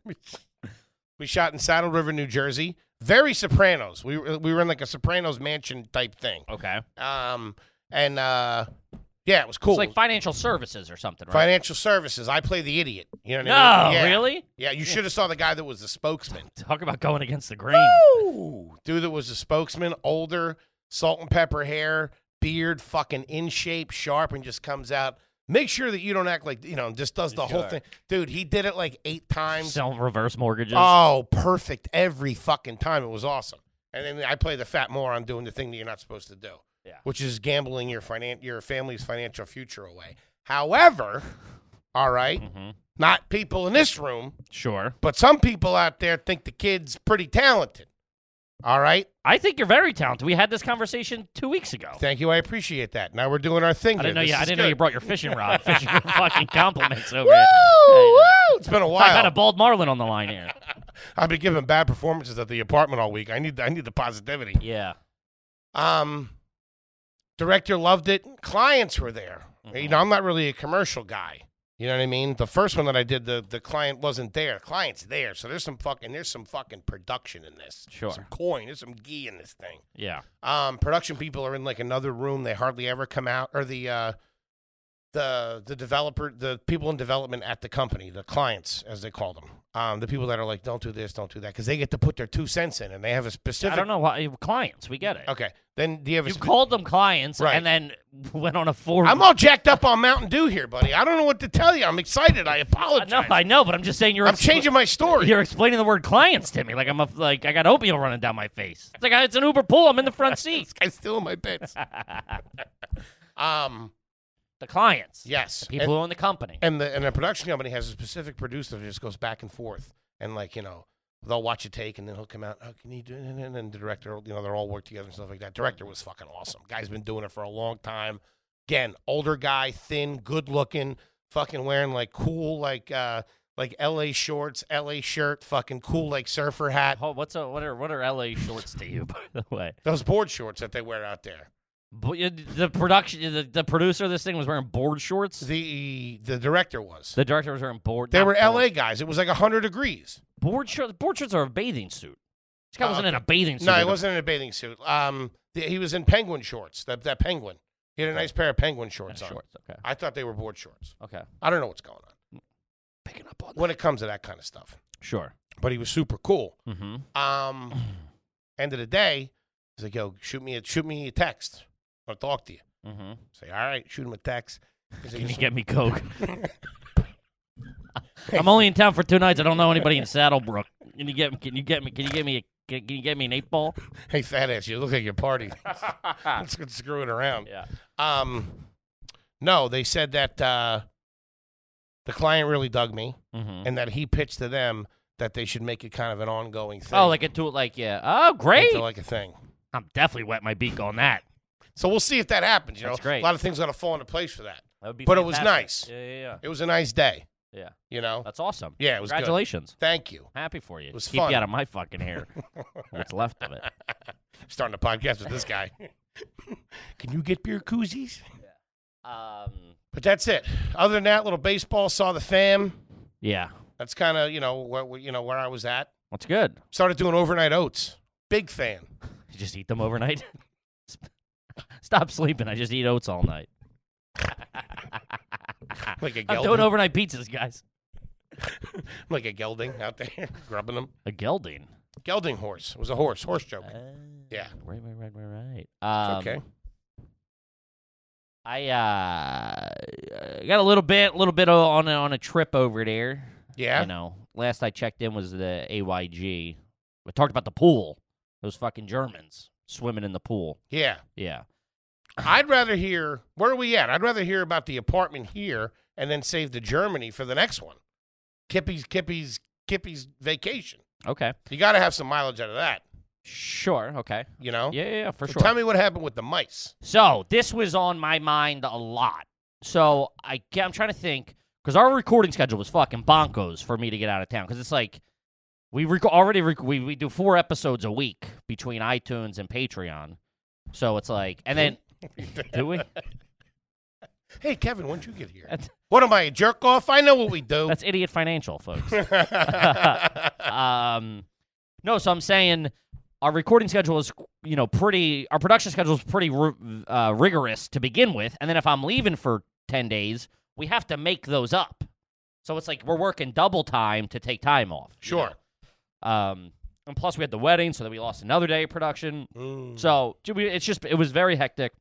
A: we shot in Saddle River, New Jersey. Very Sopranos. We were- we were in like a Sopranos mansion type thing.
B: Okay.
A: Um, and uh, yeah, it was cool.
B: It's like financial services or something, right?
A: Financial services. I play the idiot. You know what I
B: no,
A: mean? Yeah.
B: really?
A: Yeah, you should have saw the guy that was the spokesman.
B: Talk about going against the grain.
A: Ooh, dude that was a spokesman, older, salt and pepper hair, beard, fucking in shape, sharp, and just comes out. Make sure that you don't act like you know, just does the whole
B: Sure.
A: thing. Dude, he did it like eight times.
B: Selling reverse mortgages.
A: Oh, perfect every fucking time. It was awesome. And then I play the fat moron doing the thing that you're not supposed to do.
B: Yeah.
A: Which is gambling your finan- your family's financial future away. However, all right,
B: hmm
A: not people in this room,
B: Sure.
A: but some people out there think the kid's pretty talented. All right.
B: I think you're very talented. We had this conversation two weeks ago.
A: Thank you. I appreciate that. Now we're doing our thing.
B: I
A: here.
B: didn't know
A: This
B: you. I
A: is
B: didn't know you
A: good.
B: brought your fishing rod. Fishing for fucking compliments over here.
A: Woo! Woo! It's been a
B: I got a
A: while.
B: bald marlin on the line here.
A: I've been giving bad performances at the apartment all week. I need. I need the positivity.
B: Yeah.
A: Um, director loved it. Clients were there.
B: Mm-hmm.
A: You know, I'm not really a commercial guy. You know what I mean? The first one that I did, the the client wasn't there. The client's there, so there's some fucking there's some fucking production in this.
B: Sure.
A: Some coin. There's some gee in this thing.
B: Yeah.
A: Um, production people are in like another room. They hardly ever come out, or the uh, the the developer, the people in development at the company, the clients as they call them, um, the people that are like, don't do this, don't do that, because they get to put their two cents in, and they have a specific.
B: I don't know why clients. We get it.
A: Okay, then do you have a?
B: You
A: spe-
B: called them clients
A: Right.
B: and then went on a 4
A: I'm all jacked up on Mountain Dew here, buddy. I don't know what to tell you. I'm excited. I apologize.
B: no, I know, but I'm just saying you're.
A: I'm
B: expl-
A: changing my story.
B: You're explaining the word clients to me like I'm a, like I got oatmeal running down my face. It's like I- it's an Uber pool. I'm in the front seat.
A: I'm still in my bits. um,
B: The clients.
A: yes,
B: People who own the company.
A: and the and the production company has a specific producer that just goes back and forth and like you know they'll watch a take and then he'll come out oh can you do it and then and the director you know they're all work together and stuff like that director was fucking awesome guy's been doing it for a long time again older guy thin good looking fucking wearing like cool like uh like la shorts la shirt fucking cool like surfer hat
B: Oh, what's a, what are what are LA shorts to you by the way?
A: those board shorts that they wear out there
B: Bo- you- The production, the, the producer of this thing was wearing board shorts.
A: the the director was
B: The director was wearing board.
A: they
B: not
A: were
B: board-
A: la guys it was like 100 degrees
B: board shorts. Board shorts are a bathing suit. This guy
A: Oh,
B: wasn't in a bathing suit.
A: No, he
B: either.
A: wasn't in a bathing suit. Um, th- he was in penguin shorts. That that penguin. He had a nice pair of penguin
B: Yeah,
A: shorts on.
B: shorts. Okay.
A: I thought they were board shorts.
B: Okay.
A: I don't know what's going on
B: Picking up on that.
A: when it comes to that kind of stuff.
B: Sure.
A: But he was super cool.
B: Mm-hmm.
A: Um, end of the day, he's like, "Yo, shoot me a shoot me a text. I want to talk to you."
B: Mm-hmm.
A: Say, "All right, shoot him a text." He's like,
B: Can you
A: "Just-
B: get me coke? I'm only in town for two nights. I don't know anybody in Saddlebrook. Can you get? Can you get me? Can you get me? A, can, can you get me an eight ball?
A: hey, fat ass, you look like you're party. It's good screwing around.
B: yeah.
A: Um, no, they said that uh, the client really dug me.
B: Mm-hmm.
A: and that he pitched to them that they should make it kind of an ongoing thing.
B: Oh, like a tool. Like yeah. Oh, great.
A: into like a thing.
B: I'm definitely wet my beak on that.
A: So we'll see if that happens. You
B: That's
A: know,
B: great.
A: a lot of things got to fall into place for that.
B: That would be
A: But it was
B: fantastic.
A: nice.
B: Yeah, yeah, yeah.
A: It was a nice day.
B: Yeah.
A: You know.
B: That's awesome.
A: Yeah, it was. Good.
B: Uh, Congratulations.
A: Thank you.
B: Happy for you.
A: It was
B: Keep
A: fun.
B: you out of my fucking hair. What's left of it.
A: Starting a podcast with this guy. Can you get beer koozies?
B: Um.
A: But that's it. Other than that, little baseball. Saw the fam.
B: Yeah.
A: That's kind of you know where where- you know where I was at.
B: That's good.
A: Started doing overnight oats. Big fan.
B: You just eat them overnight. Stop sleeping. I just eat oats all night.
A: Like a
B: I'm
A: gelding.
B: doing overnight pizzas, guys.
A: like a gelding out there grubbing them.
B: A gelding. Ah,
A: Gelding horse. It was a horse. Horse joke.
B: Uh,
A: Yeah.
B: Right, right, right, right, right.
A: It's
B: Um,
A: okay.
B: I uh, got a little bit, little bit on on a trip over there.
A: Yeah.
B: You know, last I checked in was the AYG. We talked about the pool. Those fucking Germans swimming in the pool.
A: Yeah.
B: Yeah.
A: I'd rather hear where are we at? I'd rather hear about the apartment here and then save the Germany for the next one. Kippy's Kippy's Kippy's vacation.
B: Okay.
A: You got to have some mileage out of that,
B: Sure. Okay.
A: you know.
B: Yeah, yeah, yeah for
A: So
B: sure.
A: Tell me what happened with the mice.
B: So this was on my mind a lot. So I ca- I'm trying to think because our recording schedule was fucking bonkos for me to get out of town because it's like we rec- already rec- we we do four episodes a week between iTunes and Patreon. So it's like, and then do we?
A: Hey, Kevin, when'd you get here?
B: That's-
A: what am I a jerk off? I know what we do.
B: That's idiot financial, folks. um, no, so I'm saying our recording schedule is, you know, pretty. Our production schedule is pretty ru- uh, rigorous to begin with, and then if I'm leaving for ten days, we have to make those up. So it's like we're working double time to take time off. you
A: sure.
B: know? Um, and plus we had the wedding, so then we lost another day of production.
A: Mm.
B: So ju- we- it's just it was very hectic.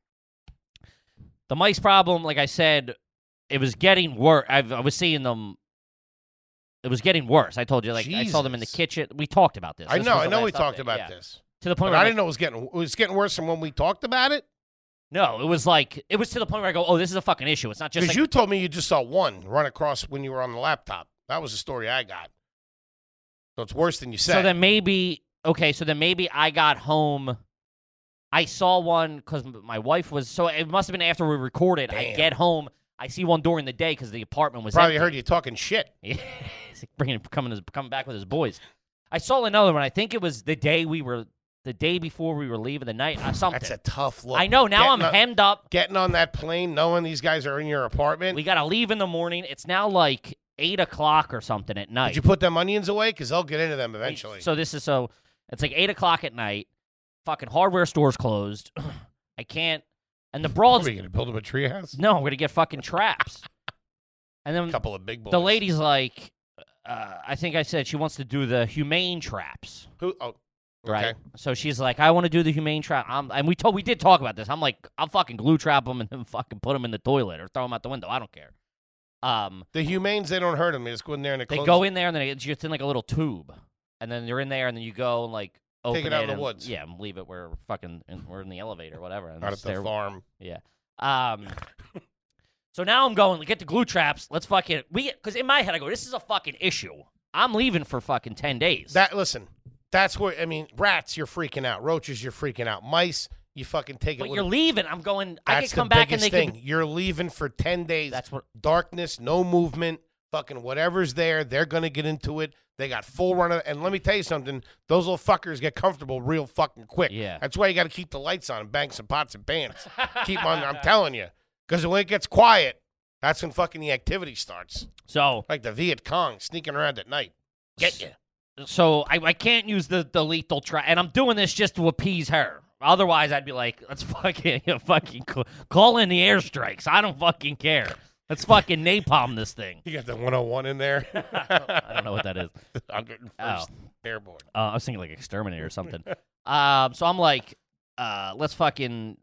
B: The mice problem, like I said, it was getting worse. I was seeing them. It was getting worse. I told you, like I saw them in the
A: Jesus.
B: kitchen. We talked about this.
A: I
B: This
A: know,
B: was
A: I
B: the
A: know we
B: last
A: talked
B: update,
A: about
B: yeah.
A: this.
B: to the point.
A: But
B: Where
A: I
B: I'm
A: didn't know it was getting it was getting worse than when we talked about it.
B: like, no, it was like it was to the point where I go, oh, this is a fucking issue. It's not just
A: Because
B: like
A: you told me you just saw one run across when you were on the laptop. That was the story I got. So it's worse than you said.
B: So then maybe okay. So then maybe I got home. I saw one because my wife was. So it must have been after we recorded. I
A: Damn.
B: get home. I see one during the day because the apartment was
A: Probably
B: empty.
A: heard you talking shit.
B: Yeah, he's like bringing coming his, coming back with his boys. I saw another one. I think it was the day we were the day before we were leaving the night. Uh, something.
A: That's a tough look.
B: I know. Now I'm
A: Getting on,
B: hemmed up.
A: getting on that plane, knowing these guys are in your apartment.
B: We gotta leave in the morning. It's now like eight o'clock or something at night.
A: Did you put them onions away? Because they'll get into them eventually.
B: So this is so it's like eight o'clock at night. Fucking hardware stores closed. I can't. And the
A: What
B: broads.
A: are you gonna build them a tree house?
B: No, I'm gonna get fucking traps. And then
A: A couple of big boys.
B: the lady's like, uh, I think I said she wants to do the humane traps.
A: Who? Oh, okay.
B: right? So she's like, I want to do the humane trap. I'm, and we told we did talk about this. I'm like, I'll fucking glue trap them and then fucking put them in the toilet or throw them out the window. I don't care. Um,
A: The humanes, they don't hurt them. They just go in there and they,
B: they
A: close
B: go
A: it.
B: in there and then it's just in like a little tube, and then they're in there and then you go and like open
A: it out in the
B: and-
A: woods.
B: Yeah, and leave it where we're fucking in, we're in the elevator, or whatever. And
A: out at
B: just
A: the
B: there.
A: farm.
B: Um, so now I'm going. Get the glue traps. Let's fucking we because in my head I go, this is a fucking issue. I'm leaving for fucking ten days.
A: That listen, that's where I mean, rats, you're freaking out. Roaches, you're freaking out. Mice, you fucking take
B: but
A: it. with
B: you're
A: a-
B: leaving. I'm going. I
A: that's
B: could come
A: the
B: back and
A: biggest
B: they
A: thing.
B: could.
A: You're leaving for ten days.
B: That's what
A: darkness, no movement, fucking whatever's there, they're gonna get into it. They got full run of, and let me tell you something, those little fuckers get comfortable real fucking quick.
B: Yeah.
A: That's why you gotta keep the lights on and bang some pots and pans. keep 'em on I'm telling you. Because when it gets quiet, that's when fucking the activity starts.
B: So
A: Like the Viet Cong sneaking around at night. Get you.
B: so I, I can't use the, the lethal trap, and I'm doing this just to appease her. Otherwise, I'd be like, let's fucking you know, fucking call, call in the airstrikes. I don't fucking care. Let's fucking napalm this thing.
A: You got the 101 in there.
B: I don't know what that is.
A: I'm getting
B: Oh.
A: first airborne.
B: Uh, I was thinking like exterminator or something. um, so I'm like, uh, let's fucking.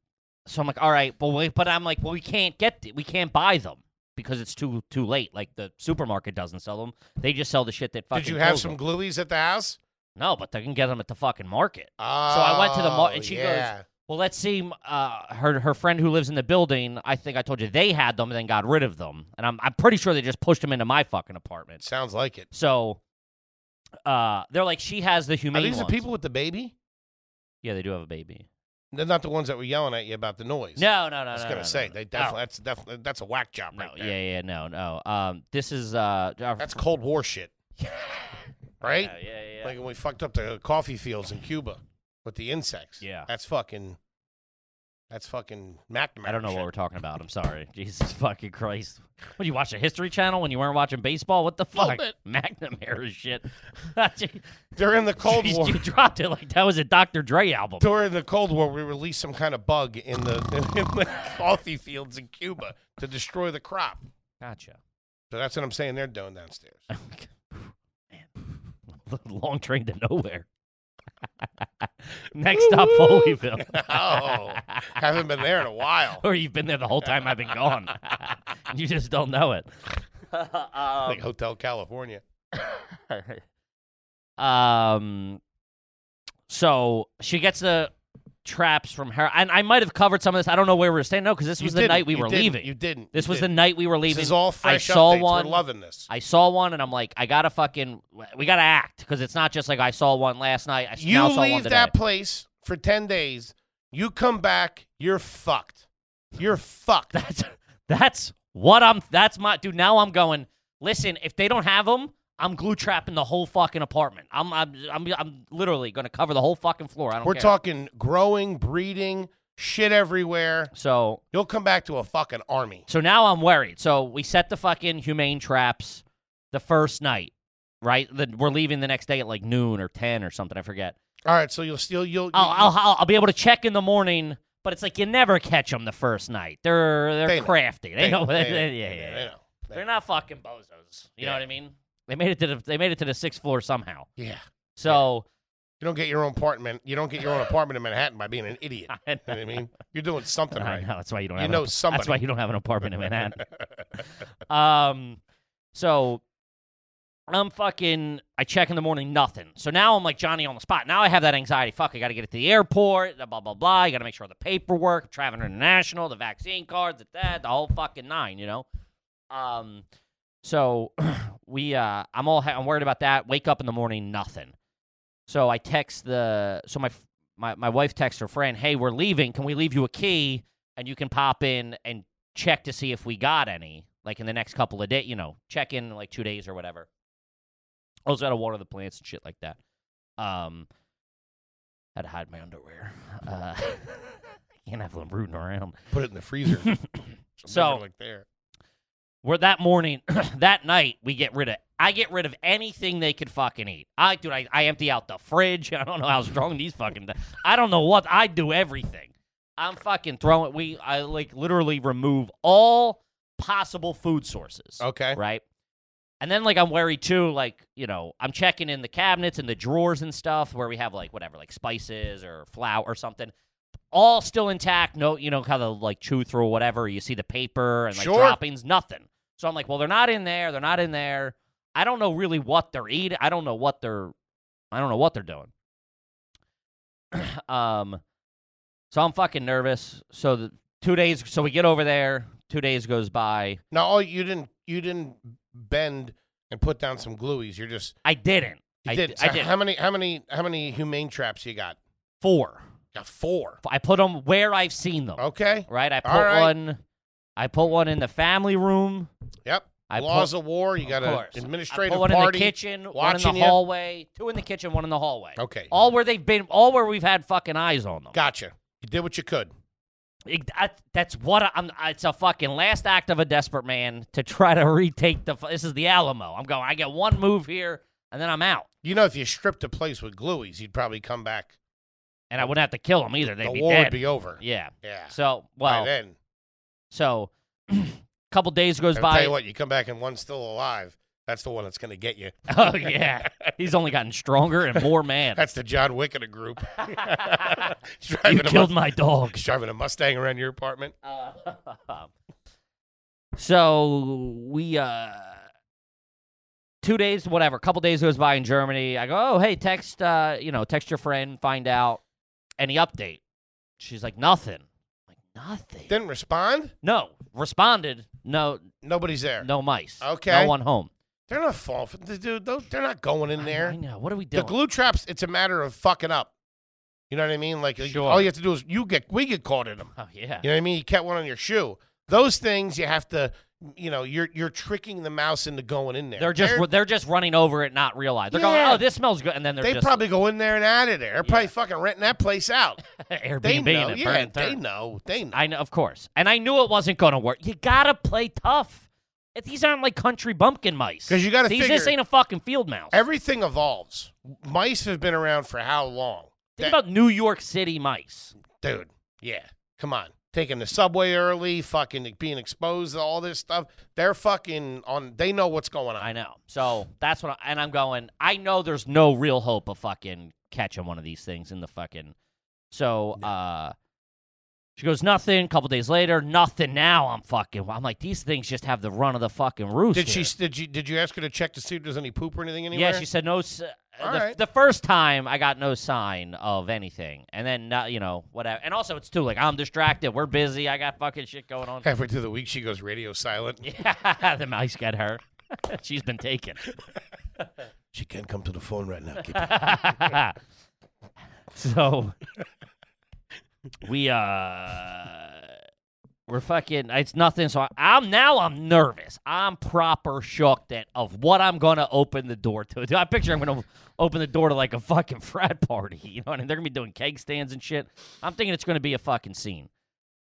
B: So I'm like, all right, but wait, but I'm like, well, we can't get, th- we can't buy them because it's too too late. Like the supermarket doesn't sell them; they just sell the shit that fucking.
A: Did you have
B: kills
A: some
B: them.
A: glueies at the house?
B: No, but they can get them at the fucking market.
A: Oh,
B: I went to the mar- and she goes,
A: yeah.
B: Well, let's see. Uh, her her friend who lives in the building. I think I told you they had them and then got rid of them, and I'm I'm pretty sure they just pushed them into my fucking apartment.
A: Sounds like it.
B: So, uh, they're like, she has the
A: Are
B: humane.
A: these the
B: ones."
A: people with the baby?
B: Yeah, they do have a baby.
A: They're not the ones that were yelling at you about the noise.
B: No, no, no.
A: I was
B: no,
A: gonna
B: no,
A: say
B: no,
A: they
B: no.
A: definitely that's definitely that's a whack job
B: Oh,
A: right
B: no,
A: there.
B: yeah, yeah, no, no. Um, this is uh, our-
A: That's Cold War shit, right?
B: Yeah, yeah, yeah.
A: Like when we fucked up the coffee fields in Cuba with the insects.
B: Yeah.
A: that's fucking. That's fucking McNamara.
B: I don't know
A: shit.
B: what we're talking about. I'm sorry. Jesus fucking Christ. What, you watch the History Channel when you weren't watching baseball? What the
A: Little
B: fuck?
A: bit.
B: McNamara shit.
A: They're in the Cold
B: you,
A: War.
B: you dropped it like that was a Dr. Dre album.
A: During the Cold War, we released some kind of bug in the, in the coffee fields in Cuba to destroy the crop.
B: Gotcha.
A: So that's what I'm saying. They're doing downstairs.
B: Man. Long train to nowhere. Next stop, Foleyville.
A: Oh, haven't been there in a while.
B: or you've been there the whole time I've been gone. you just don't know it.
A: Like Hotel California.
B: um, so she gets the traps from her, and I might have covered some of this. I don't know where we were staying. No, because this
A: You
B: was the
A: didn't.
B: night we
A: You
B: were
A: didn't.
B: leaving.
A: You didn't.
B: this
A: You
B: was the
A: didn't.
B: night we were leaving.
A: This is all
B: I
A: fresh
B: saw
A: updates.
B: one.
A: We're loving this.
B: I saw one, and I'm like, I gotta fucking, we gotta act because it's not just like I saw one last night. I s-
A: You
B: now saw one
A: leave
B: today.
A: that place for ten days. You come back. You're fucked. You're fucked.
B: That's that's what I'm. That's my dude. Now I'm going. Listen, if they don't have them, I'm glue trapping the whole fucking apartment. I'm I'm I'm, I'm literally gonna cover the whole fucking floor. I don't
A: We're
B: care.
A: talking growing, breeding, shit everywhere.
B: so
A: You'll come back to a fucking army.
B: so now I'm worried. So we set the fucking humane traps the first night, right? The, we're leaving the next day at like noon or ten or something. I forget.
A: All right, so you'll steal. You'll.
B: I'll I'll, I'll, I'll be able to check in the morning. But it's like you never catch them the first night. They're they're
A: They know.
B: crafty. They, know. yeah, yeah,
A: they
B: yeah.
A: know, they
B: They're
A: know.
B: not fucking bozos. You know
A: Yeah.
B: what I mean? They made it to the they made it to the sixth floor somehow.
A: Yeah.
B: So
A: You don't get your own apartment. You don't get your own apartment in Manhattan by being an idiot.
B: I,
A: You know what I mean, you're doing something right.
B: know that's why you don't
A: You
B: have
A: know
B: an,
A: somebody.
B: that's why you don't have an apartment in Manhattan. um, so I'm fucking. I check in the morning, nothing. So now I'm like Johnny on the spot. Now I have that anxiety. Fuck, I got to get it to the airport. Blah blah blah. You got to make sure the paperwork, traveling international, the vaccine cards, the that, the whole fucking nine. You know. Um. So we. Uh. I'm all. Ha- I'm worried about that. Wake up in the morning, nothing. So I text the. So my f- my my wife texts her friend, "Hey, we're leaving. Can we leave you a key and you can pop in and check to see if we got any, like in the next couple of days, you know, check in like two days or whatever. Also, gotta water the plants and shit like that. Um, had to hide my underwear. Uh, can't have them rooting around.
A: Put it in the freezer.
B: So-
A: like there.
B: Where that morning, that night, we get rid of. I get rid of anything they could fucking eat. I dude, I, I empty out the fridge. I don't know how strong these fucking. I don't know what I do. Everything. I'm fucking throwing. We I like literally remove all possible food sources.
A: Okay.
B: Right. And then like I'm wary too, like, you know, I'm checking in the cabinets and the drawers and stuff where we have like whatever, like spices or flour or something. All still intact. No, you know how the like chew through or whatever, you see the paper and like
A: Sure.
B: droppings, nothing. So I'm like, well, they're not in there, they're not in there. I don't know really what they're eating. I don't know what they're I don't know what they're doing. um so I'm fucking nervous. So the two days so we get over there, two days goes by.
A: Now, all you didn't you didn't bend and put down some glueies. You're just
B: I didn't.
A: you
B: I
A: did.
B: did-
A: So
B: I did.
A: How many how many how many humane traps you got?
B: Four.
A: Got four.
B: I put them where I've seen them.
A: Okay.
B: Right? I put
A: All right.
B: one. I put one in the family room.
A: Yep.
B: I
A: Laws
B: put,
A: of war. You
B: of
A: got
B: course. I
A: an
B: put
A: administrative
B: put one
A: party.
B: in the kitchen, one in
A: watching
B: the
A: you.
B: hallway, two in the kitchen, one in the hallway.
A: Okay.
B: All where they've been, all where we've had fucking eyes on them.
A: Gotcha. You did what you could.
B: It- I- that's what I, am It's a fucking last act of a desperate man to try to retake the. fu- This is the Alamo. I'm going. I get one move here, and then I'm out.
A: You know, if you stripped a place with glueys, you'd probably come back.
B: and I wouldn't have to kill them either. They'd
A: the
B: be
A: war
B: dead.
A: would be over.
B: yeah.
A: Yeah.
B: So
A: By
B: well,
A: then,
B: so couple days goes
A: I'll
B: by.
A: tell you what, you come back and one's still alive. That's the one that's going to get you.
B: Oh yeah, he's only gotten stronger and more mad.
A: That's the John Wick of the group. He's
B: you
A: driving, a
B: killed
A: mus-
B: my dog.
A: he's driving a Mustang around your apartment.
B: Uh, so we uh two days whatever couple days goes by in germany i go oh hey text uh you know text your friend find out any update she's like nothing I'm like nothing
A: Didn't respond.
B: no responded no
A: Nobody's there.
B: no mice
A: Okay.
B: no one home
A: They're not falling. for- Dude, those, they're not going in there.
B: I, I know what are we
A: the
B: doing
A: glue traps, it's a matter of fucking up. You know what I mean? Like
B: Sure.
A: all you have to do is you get we get caught in them.
B: oh yeah
A: You know what I mean? You kept one on your shoe. Those things you have to, you know, you're you're tricking the mouse into going in there.
B: they're just they're,
A: They're-
B: just running over it not realize they're
A: Yeah.
B: going oh this smells good and then they're
A: they
B: just
A: probably go in there and out of there. They're probably fucking renting that place out.
B: airbnb
A: They know,
B: and
A: yeah,
B: burning
A: they
B: third.
A: know, they know.
B: I know, of course. And I knew it wasn't going to work. You gotta play tough. If these aren't like country bumpkin mice,
A: 'Cause you gotta
B: these
A: figure-
B: this ain't a fucking field mouse.
A: Everything evolves. Mice have been around for how long,
B: Think about New York City mice.
A: dude? Yeah, come on. Taking the subway early, fucking being exposed to all this stuff. They're fucking on. They know what's going on.
B: I know. So that's what. I, and I'm going. I know there's no real hope of fucking catching one of these things in the fucking. So uh, she goes nothing. couple days later, nothing. Now I'm fucking. I'm like these things just have the run of the fucking roost.
A: Did she? Did you? Did you ask her to check to see if there's any poop or anything anywhere?
B: Yeah, she said no. s- uh,
A: All
B: the,
A: right.
B: the first time I got no sign of anything, and then uh, you know whatever. And also, it's too like I'm distracted. We're busy. I got fucking shit going on.
A: halfway through the week. She goes radio silent.
B: yeah, the mice got her. She's been taken.
A: She can't come to the phone right now. Keep
B: so we uh we're fucking it's nothing so I, i'm now i'm nervous i'm proper shook that of what i'm gonna open the door to Dude, i picture i'm gonna open the door to like a fucking frat party you know what i mean they're gonna be doing keg stands and shit i'm thinking it's gonna be a fucking scene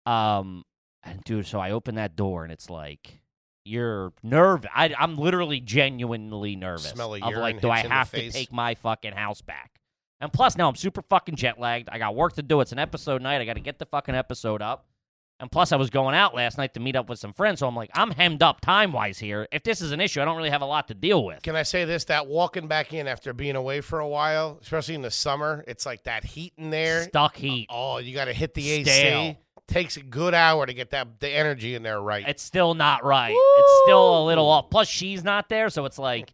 B: um and dude so i open that door and it's like you're nervous. I, I'm literally genuinely nervous.
A: Smell of
B: of
A: urine
B: like, do
A: hits
B: I
A: in the
B: have to
A: face.
B: take my fucking house back? And plus, now I'm super fucking jet lagged. I got work to do. It's an episode night. I got to get the fucking episode up. And plus, I was going out last night to meet up with some friends. So I'm like, I'm hemmed up time wise here. If this is an issue, I don't really have a lot to deal with.
A: Can I say this? That walking back in after being away for a while, especially in the summer, it's like that heat in there.
B: Stuck heat.
A: Oh, you got to hit the AC.
B: Stale.
A: Takes a good hour to get that the energy in there right.
B: It's still not right. It's still a little off. Plus, she's not there. So it's like,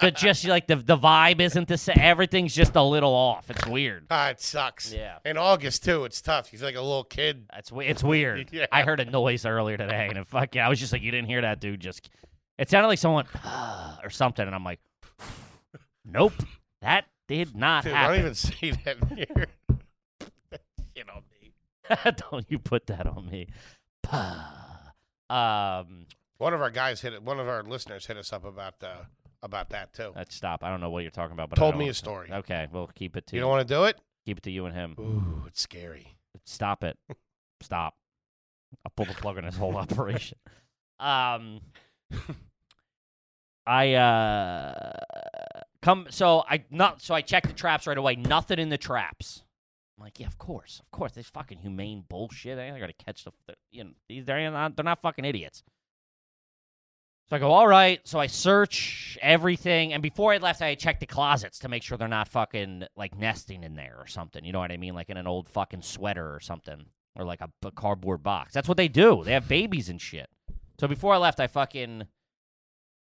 B: the just like the, the vibe isn't the same. Everything's just a little off. It's weird.
A: Ah, it sucks.
B: Yeah.
A: In August too, it's tough. He's like a little kid.
B: That's we- it's weird.
A: Yeah.
B: I heard a noise earlier today, and it fuck yeah, I was just like, you didn't hear that, dude. Just it sounded like someone or something, and I'm like, nope, that did not
A: Dude, I don't
B: happen.
A: even see that in here. you know me.
B: don't you put that on me? um,
A: One of our guys hit it. One of our listeners hit us up about uh, about that too.
B: let's stop. I don't know what you're talking about, but I
A: Told
B: don't-
A: me a story.
B: Okay, we'll keep it to
A: You don't want to do it?
B: keep it to you and him.
A: Ooh, it's scary.
B: Stop it. Stop. I'll pull the plug on this whole operation. Um I uh come so I not so I check the traps right away. Nothing in the traps. I'm like, yeah, of course, of course. This fucking humane bullshit. I gotta catch the the- you know these they're not they're not fucking idiots. So I go, all right. So I search everything, and before I left, I had checked the closets to make sure they're not fucking like nesting in there or something. You know what I mean? Like in an old fucking sweater or something, or like a, a cardboard box. That's what they do. They have babies and shit. So before I left, I fucking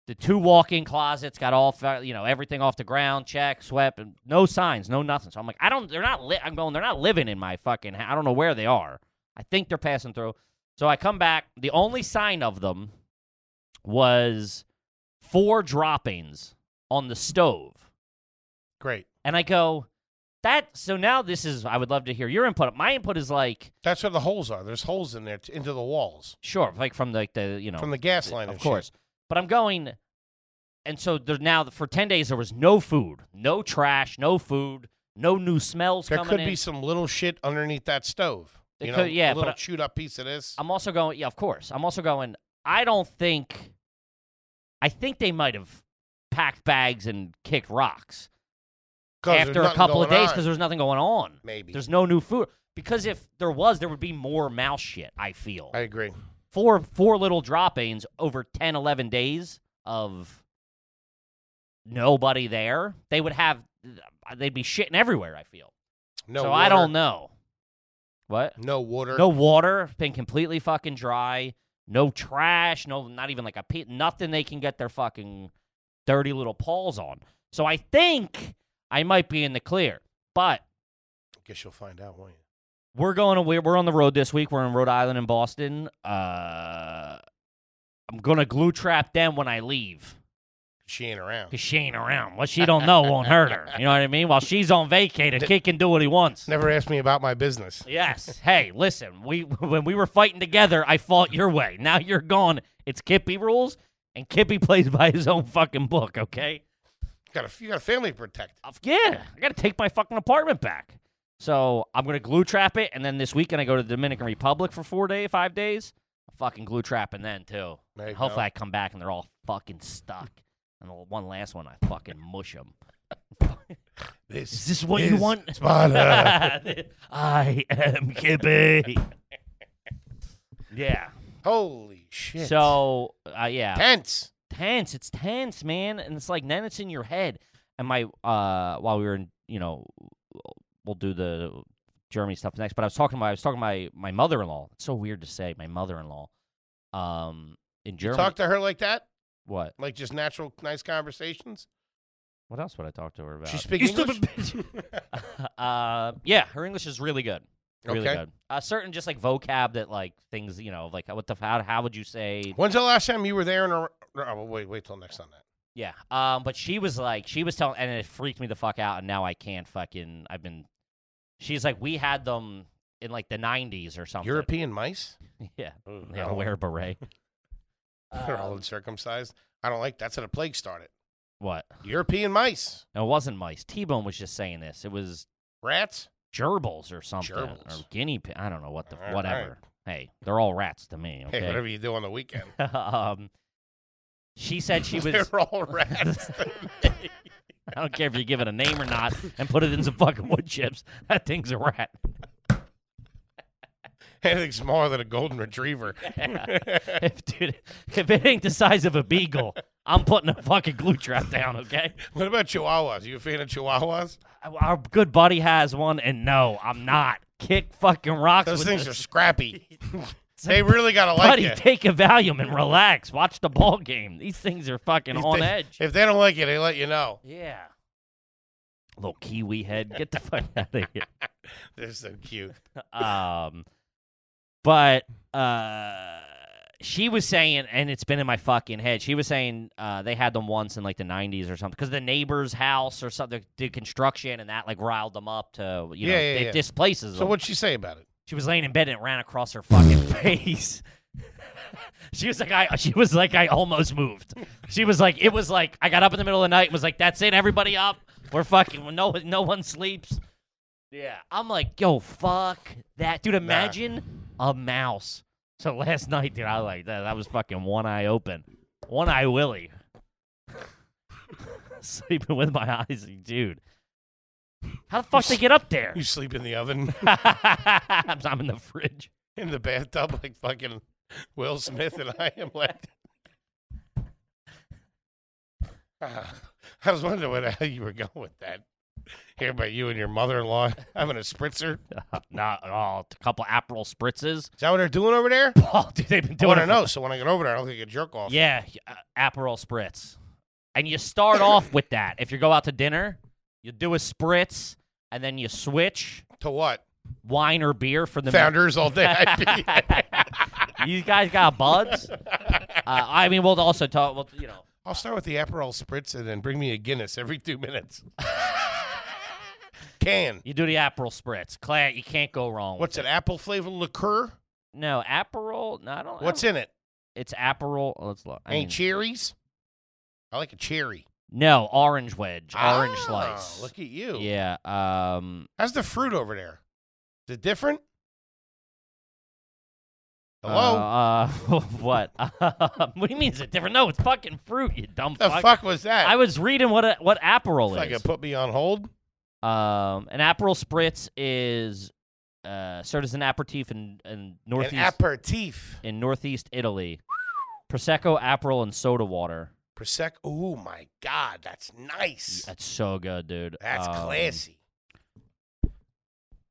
B: the two walk-in closets got all fu- you know everything off the ground, check, swept, and no signs, no nothing. So I'm like, I don't. They're not. Li- I'm going. They're not living in my fucking. ha- I don't know where they are. I think they're passing through. So I come back. The only sign of them was four droppings on the stove.
A: Great.
B: And I go, that, so now this is, I would love to hear your input. My input is like,
A: That's where the holes are. There's holes in there t- into the walls
B: sure, like from like the, you know,
A: from the gas line. and
B: of
A: shit.
B: course. But I'm going, and so there now for 10 days, there was no food, no trash, no food, no new smells
A: There
B: coming
A: could
B: in.
A: be some little shit underneath that stove.
B: It
A: you know,
B: could- yeah,
A: a little
B: but-
A: chewed up piece of this.
B: I'm also going. Yeah, of course. I'm also going. I don't think. I think they might have packed bags and kicked rocks
A: 'Cause there's
B: after a
A: nothing
B: couple of
A: going
B: days
A: on,
B: because there's nothing going on.
A: maybe.
B: There's no new food. Because if there was, there would be more mouse shit, I feel.
A: I agree.
B: four four little droppings over 10 11 days of nobody there they would have they'd be shitting everywhere i feel
A: No,
B: so i
A: water,
B: don't know what
A: No water.
B: no water been completely fucking dry no trash no not even like a pe- nothing they can get their fucking dirty little paws on so i think i might be in the clear but
A: Guess you'll find out, won't you?
B: we're going away. We're on the road this week. We're in Rhode Island and Boston. Uh, I'm gonna glue trap them when I leave
A: She ain't around.
B: because she ain't around. What she don't know won't hurt her. You know what I mean? While she's on vacation, the kid can do what he wants.
A: Never asked me about my business.
B: Yes. Hey, listen. We when we were fighting together, I fought your way. Now you're gone. It's Kippy rules, and Kippy plays by his own fucking book. Okay.
A: Got a you got a family to protect.
B: Uh, Yeah, I got to take my fucking apartment back. So I'm gonna glue trap it, and then this weekend I go to the Dominican Republic for four day, five days. I'm fucking glue trapping then too.
A: There you
B: And hopefully
A: go.
B: I come back and they're all fucking stuck. And the one last one, I fucking mush them.
A: This
B: Is this what you
A: is
B: want?
A: Sparta.
B: I am Kippy. yeah.
A: Holy shit.
B: So uh, yeah,
A: tense.
B: tense. It's tense, man, and it's like then it's in your head. And my uh, while we were in, you know, we'll do the Germany stuff next. But I was talking to my, I was talking to my my mother in law. It's so weird to say my mother in law. Um, in Germany,
A: Talk to her like that,
B: what?
A: like just natural, nice conversations.
B: What else would I talk to her about?
A: She speaks
B: You
A: English.
B: stupid uh, yeah, her English is really good. Really
A: Okay.
B: good. Uh, certain just like vocab that like things you know like what the how, how would you say
A: When's the last time you were there? And a, oh, wait, wait till next on that.
B: Yeah. Um, but she was like, she was telling, and it freaked me the fuck out. And now I can't fucking. I've been. She's like, we had them in like the '90s or something.
A: European mice.
B: Yeah. They
A: I
B: all
A: don't
B: wear a beret.
A: like- Oh, They're all
B: Um,
A: uncircumcised. I don't like. That's how the plague started.
B: what?
A: European mice,
B: No, it wasn't mice. T-Bone was just saying this. It was
A: rats.
B: gerbils or something, or
A: Gerbils.
B: guinea pig. I don't know what the
A: All right.
B: whatever. Hey, they're all rats to me.
A: Hey,
B: Okay.
A: whatever you do on the weekend,
B: um, she said she was.
A: they're all rats.
B: I don't care if you give it a name or not, and put it in some fucking wood chips. That thing's a rat.
A: Anything smaller than a golden retriever.
B: if dude, if it ain't the size of a beagle, I'm putting a fucking glue trap down. Okay,
A: what about chihuahuas? You a fan of chihuahuas?
B: our good buddy has one, and no, I'm not. Kick fucking rocks.
A: Those
B: with
A: things
B: the-
A: are scrappy. they really gotta like
B: buddy.
A: you.
B: Take a Valium and relax. Watch the ball game. These things are fucking
A: If
B: on
A: they-
B: edge.
A: If they don't like you, they let you know.
B: yeah. Little kiwi head, get the fuck out of here.
A: They're so cute.
B: um but uh she was saying and it's been in my fucking head she was saying uh they had them once in like the 90s or something because the neighbor's house or something did construction and that like riled them up to you know
A: Yeah, yeah,
B: it
A: yeah.
B: displaces
A: So
B: them
A: what'd she say about it?
B: she was laying in bed and it ran across her fucking face she was like i she was like i almost moved she was like it was like i got up in the middle of the night and was like that's it everybody up we're fucking no no one sleeps yeah i'm like yo fuck that dude imagine a mouse so last night dude i like that i was fucking one eye open one eye willy sleeping with my eyes dude how the fuck they get up there
A: You sleep in the oven
B: I'm I'm in the fridge.
A: in the bathtub like fucking Will Smith and I am like. Ah, I was wondering what how you were going with that. Here about you and your mother-in-law having a spritzer. Is
B: Not at all. A couple Aperol spritzes.
A: that what they're doing over there?
B: Oh, dude, they've been
A: I
B: doing
A: want
B: it.
A: to
B: for-
A: know. So when I get over there, I don't think a jerk off.
B: Yeah, uh, Aperol spritz. And you start off with that. If you go out to dinner, you do a spritz, and then you switch
A: To what?
B: wine or beer for the main-
A: Founders all day.
B: you guys got buds. Uh, I mean, we'll also talk. Well, you know,
A: I'll start with the Aperol spritz and then bring me a Guinness every two minutes. Can.
B: you do the Aperol spritz. Clay, you can't go wrong.
A: What's
B: with
A: it? Apple flavored liqueur?
B: it? No Aperol. No, I don't.
A: What's in it?
B: It's Aperol. Let's look. I
A: Ain't
B: mean-
A: cherries? I like a cherry.
B: No, orange wedge, orange
A: Ah,
B: slice.
A: Look at you.
B: Yeah. Um.
A: How's the fruit over there? Is it different? Hello?
B: Uh, uh, what? what do you mean? Is it different? No, it's fucking fruit. You dumb
A: the
B: fuck.
A: fuck was that?
B: I was reading what a, what Aperol
A: like
B: is.
A: it put me on hold.
B: um, an Aperol spritz is uh, served as an aperitif in, in northeast
A: An aperitif.
B: in northeast Italy. Prosecco, Aperol, and soda water.
A: Prosecco. Oh my god, that's nice.
B: That's so good, dude.
A: That's
B: uh, Um,
A: classy.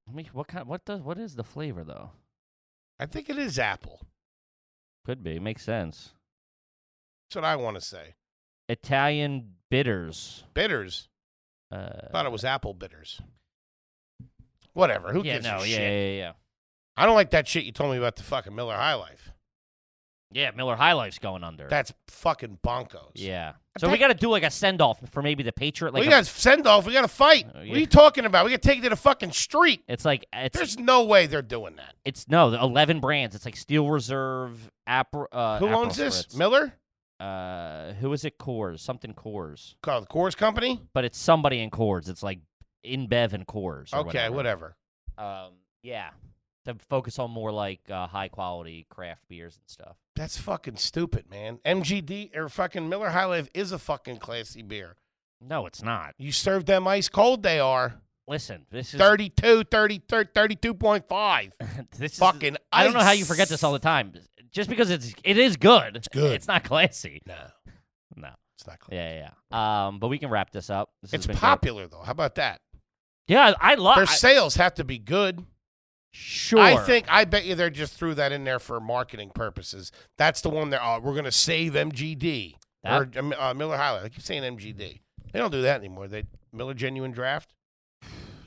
B: let me- What kind? What does? What is the flavor though?
A: I think it is apple.
B: Could be. Makes sense.
A: That's what I want to say.
B: Italian bitters.
A: Bitters.
B: Uh,
A: Thought it was apple bitters. Whatever. Who
B: yeah,
A: gives
B: no,
A: a
B: yeah,
A: shit?
B: yeah, yeah, yeah.
A: I don't like that shit you told me about the fucking Miller High Life.
B: Yeah, Miller High Life's going under.
A: That's fucking bonkos.
B: yeah. So
A: that-
B: we got to do like a send off for maybe the Patriot. Like
A: we
B: a-
A: got to send off. We got to fight.
B: Oh,
A: What
B: yeah.
A: are you talking about? We got to take it to the fucking street.
B: it's like it's
A: There's no way they're doing that.
B: it's no the eleven brands. It's like Steel Reserve, Aper, uh,
A: Who
B: Aperol
A: owns this?
B: Spritz.
A: Miller?
B: uh, who is it? Coors, something Coors,
A: Called Coors Company?
B: but it's somebody in Coors. It's like InBev and Coors. Or
A: Okay,
B: whatever.
A: whatever.
B: Um, yeah, to focus on more like uh, high quality craft beers and stuff.
A: That's fucking stupid, man. MGD or fucking Miller High Life is a fucking classy beer.
B: No, it's not.
A: You serve them ice cold, they are.
B: Listen, this is
A: 32, 30, 32.5.
B: this is-
A: Fucking
B: I don't know how you
A: ice.
B: forget this all the time. Just because it's it is good. It's
A: good.
B: It's not classy.
A: No,
B: No.
A: it's not classy.
B: Yeah, yeah, yeah. Um, but we can wrap this up. This has
A: It's
B: been great.
A: popular, though. How about that?
B: Yeah, I
A: Their
B: love.
A: sales have to be good.
B: Sure.
A: I think I bet you they're just threw that in there for marketing purposes. That's the one that oh, we're gonna save MGD or um, uh, Miller High Life. I keep saying MGD. They don't do that anymore. They Miller Genuine Draft.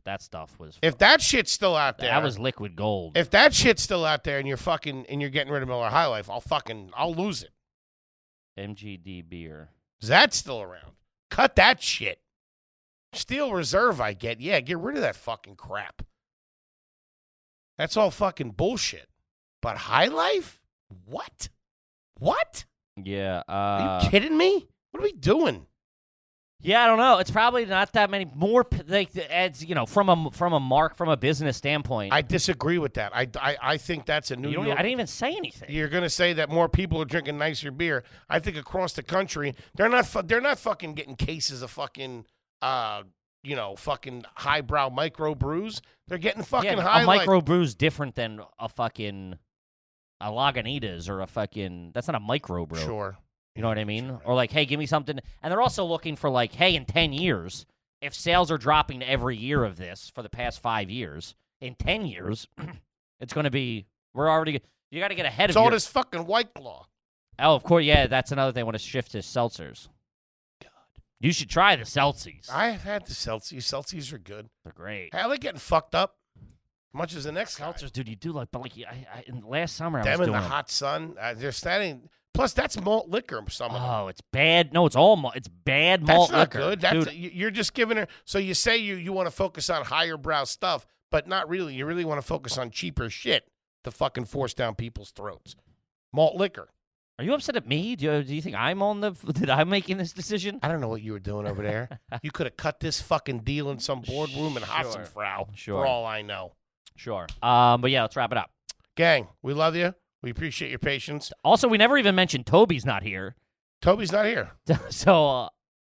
B: that stuff was.
A: If that shit's still out there,
B: that was liquid gold.
A: if that shit's still out there, and you're fucking and you're getting rid of Miller High Life, I'll fucking I'll lose it.
B: MGD beer.
A: 'Cause That's still around. Cut that shit. Steel Reserve, I get. Yeah, get rid of that fucking crap. That's all fucking bullshit. But High Life? What? What?
B: Yeah.
A: Are
B: Uh,
A: you kidding me? What are we doing?
B: yeah, I don't know. It's probably not that many more. p- Like it's you know from a from a mark from a business standpoint.
A: I disagree with that. I, I, I think that's a
B: you
A: New
B: don't, e-
A: York.
B: I didn't even say anything.
A: You're gonna say that more people are drinking nicer beer. I think across the country, they're not. Fu- they're not fucking getting cases of fucking. Uh, you know, fucking highbrow micro brews. They're getting fucking
B: yeah,
A: high.
B: a
A: life.
B: microbrew's different than a fucking a Lagunitas or a fucking that's not a microbrew.
A: Sure.
B: You know what I mean?
A: Sure.
B: Or like, hey, give me something. And they're also looking for like, hey, in ten years, if sales are dropping every year of this for the past five years, in ten years, it's going to be we're already you got to get ahead
A: It's
B: of
A: all
B: your-
A: this fucking white claw.
B: Oh, of course, yeah, that's another thing. I want to shift to seltzers. You should try the seltzies.
A: I've had the Celsius. Celsius are good.
B: They're great.
A: How they getting fucked up? Much as the next guy.
B: Seltzers, dude, you do like, but like, I, I, in last summer I was
A: Them in
B: doing
A: the
B: them.
A: hot sun. Uh, they're standing. Plus, that's malt liquor. Some of them.
B: Oh, it's bad. No, it's all malt. It's bad
A: That's
B: malt
A: not
B: liquor.
A: good. That's
B: Dude,
A: you- you're just giving her. So you say you you want to focus on higher brow stuff, but not really. You really want to focus on cheaper shit to fucking force down people's throats. Malt liquor.
B: are you upset at me? Do you, do you think I'm on the? Did I'm making this decision?
A: I don't know what you were doing over there. you could have cut this fucking deal in some boardroom in
B: Sure.
A: Hassenfrau,
B: Sure.
A: for all I know.
B: Sure. Um, but yeah, let's wrap it up.
A: Gang, we love you. We appreciate your patience.
B: Also, we never even mentioned Toby's not here,
A: Toby's not here.
B: so uh,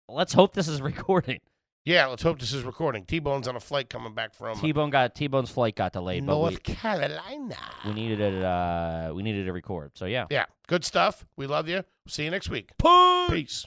B: let's hope this is recording.
A: Yeah, let's hope this is recording. T Bone's on a flight coming back from
B: T Bone got T Bone's flight got delayed, but
A: North
B: we,
A: Carolina.
B: we needed it. Uh, we needed to record. So yeah.
A: Yeah, good stuff. We love you. See you next week. Peace.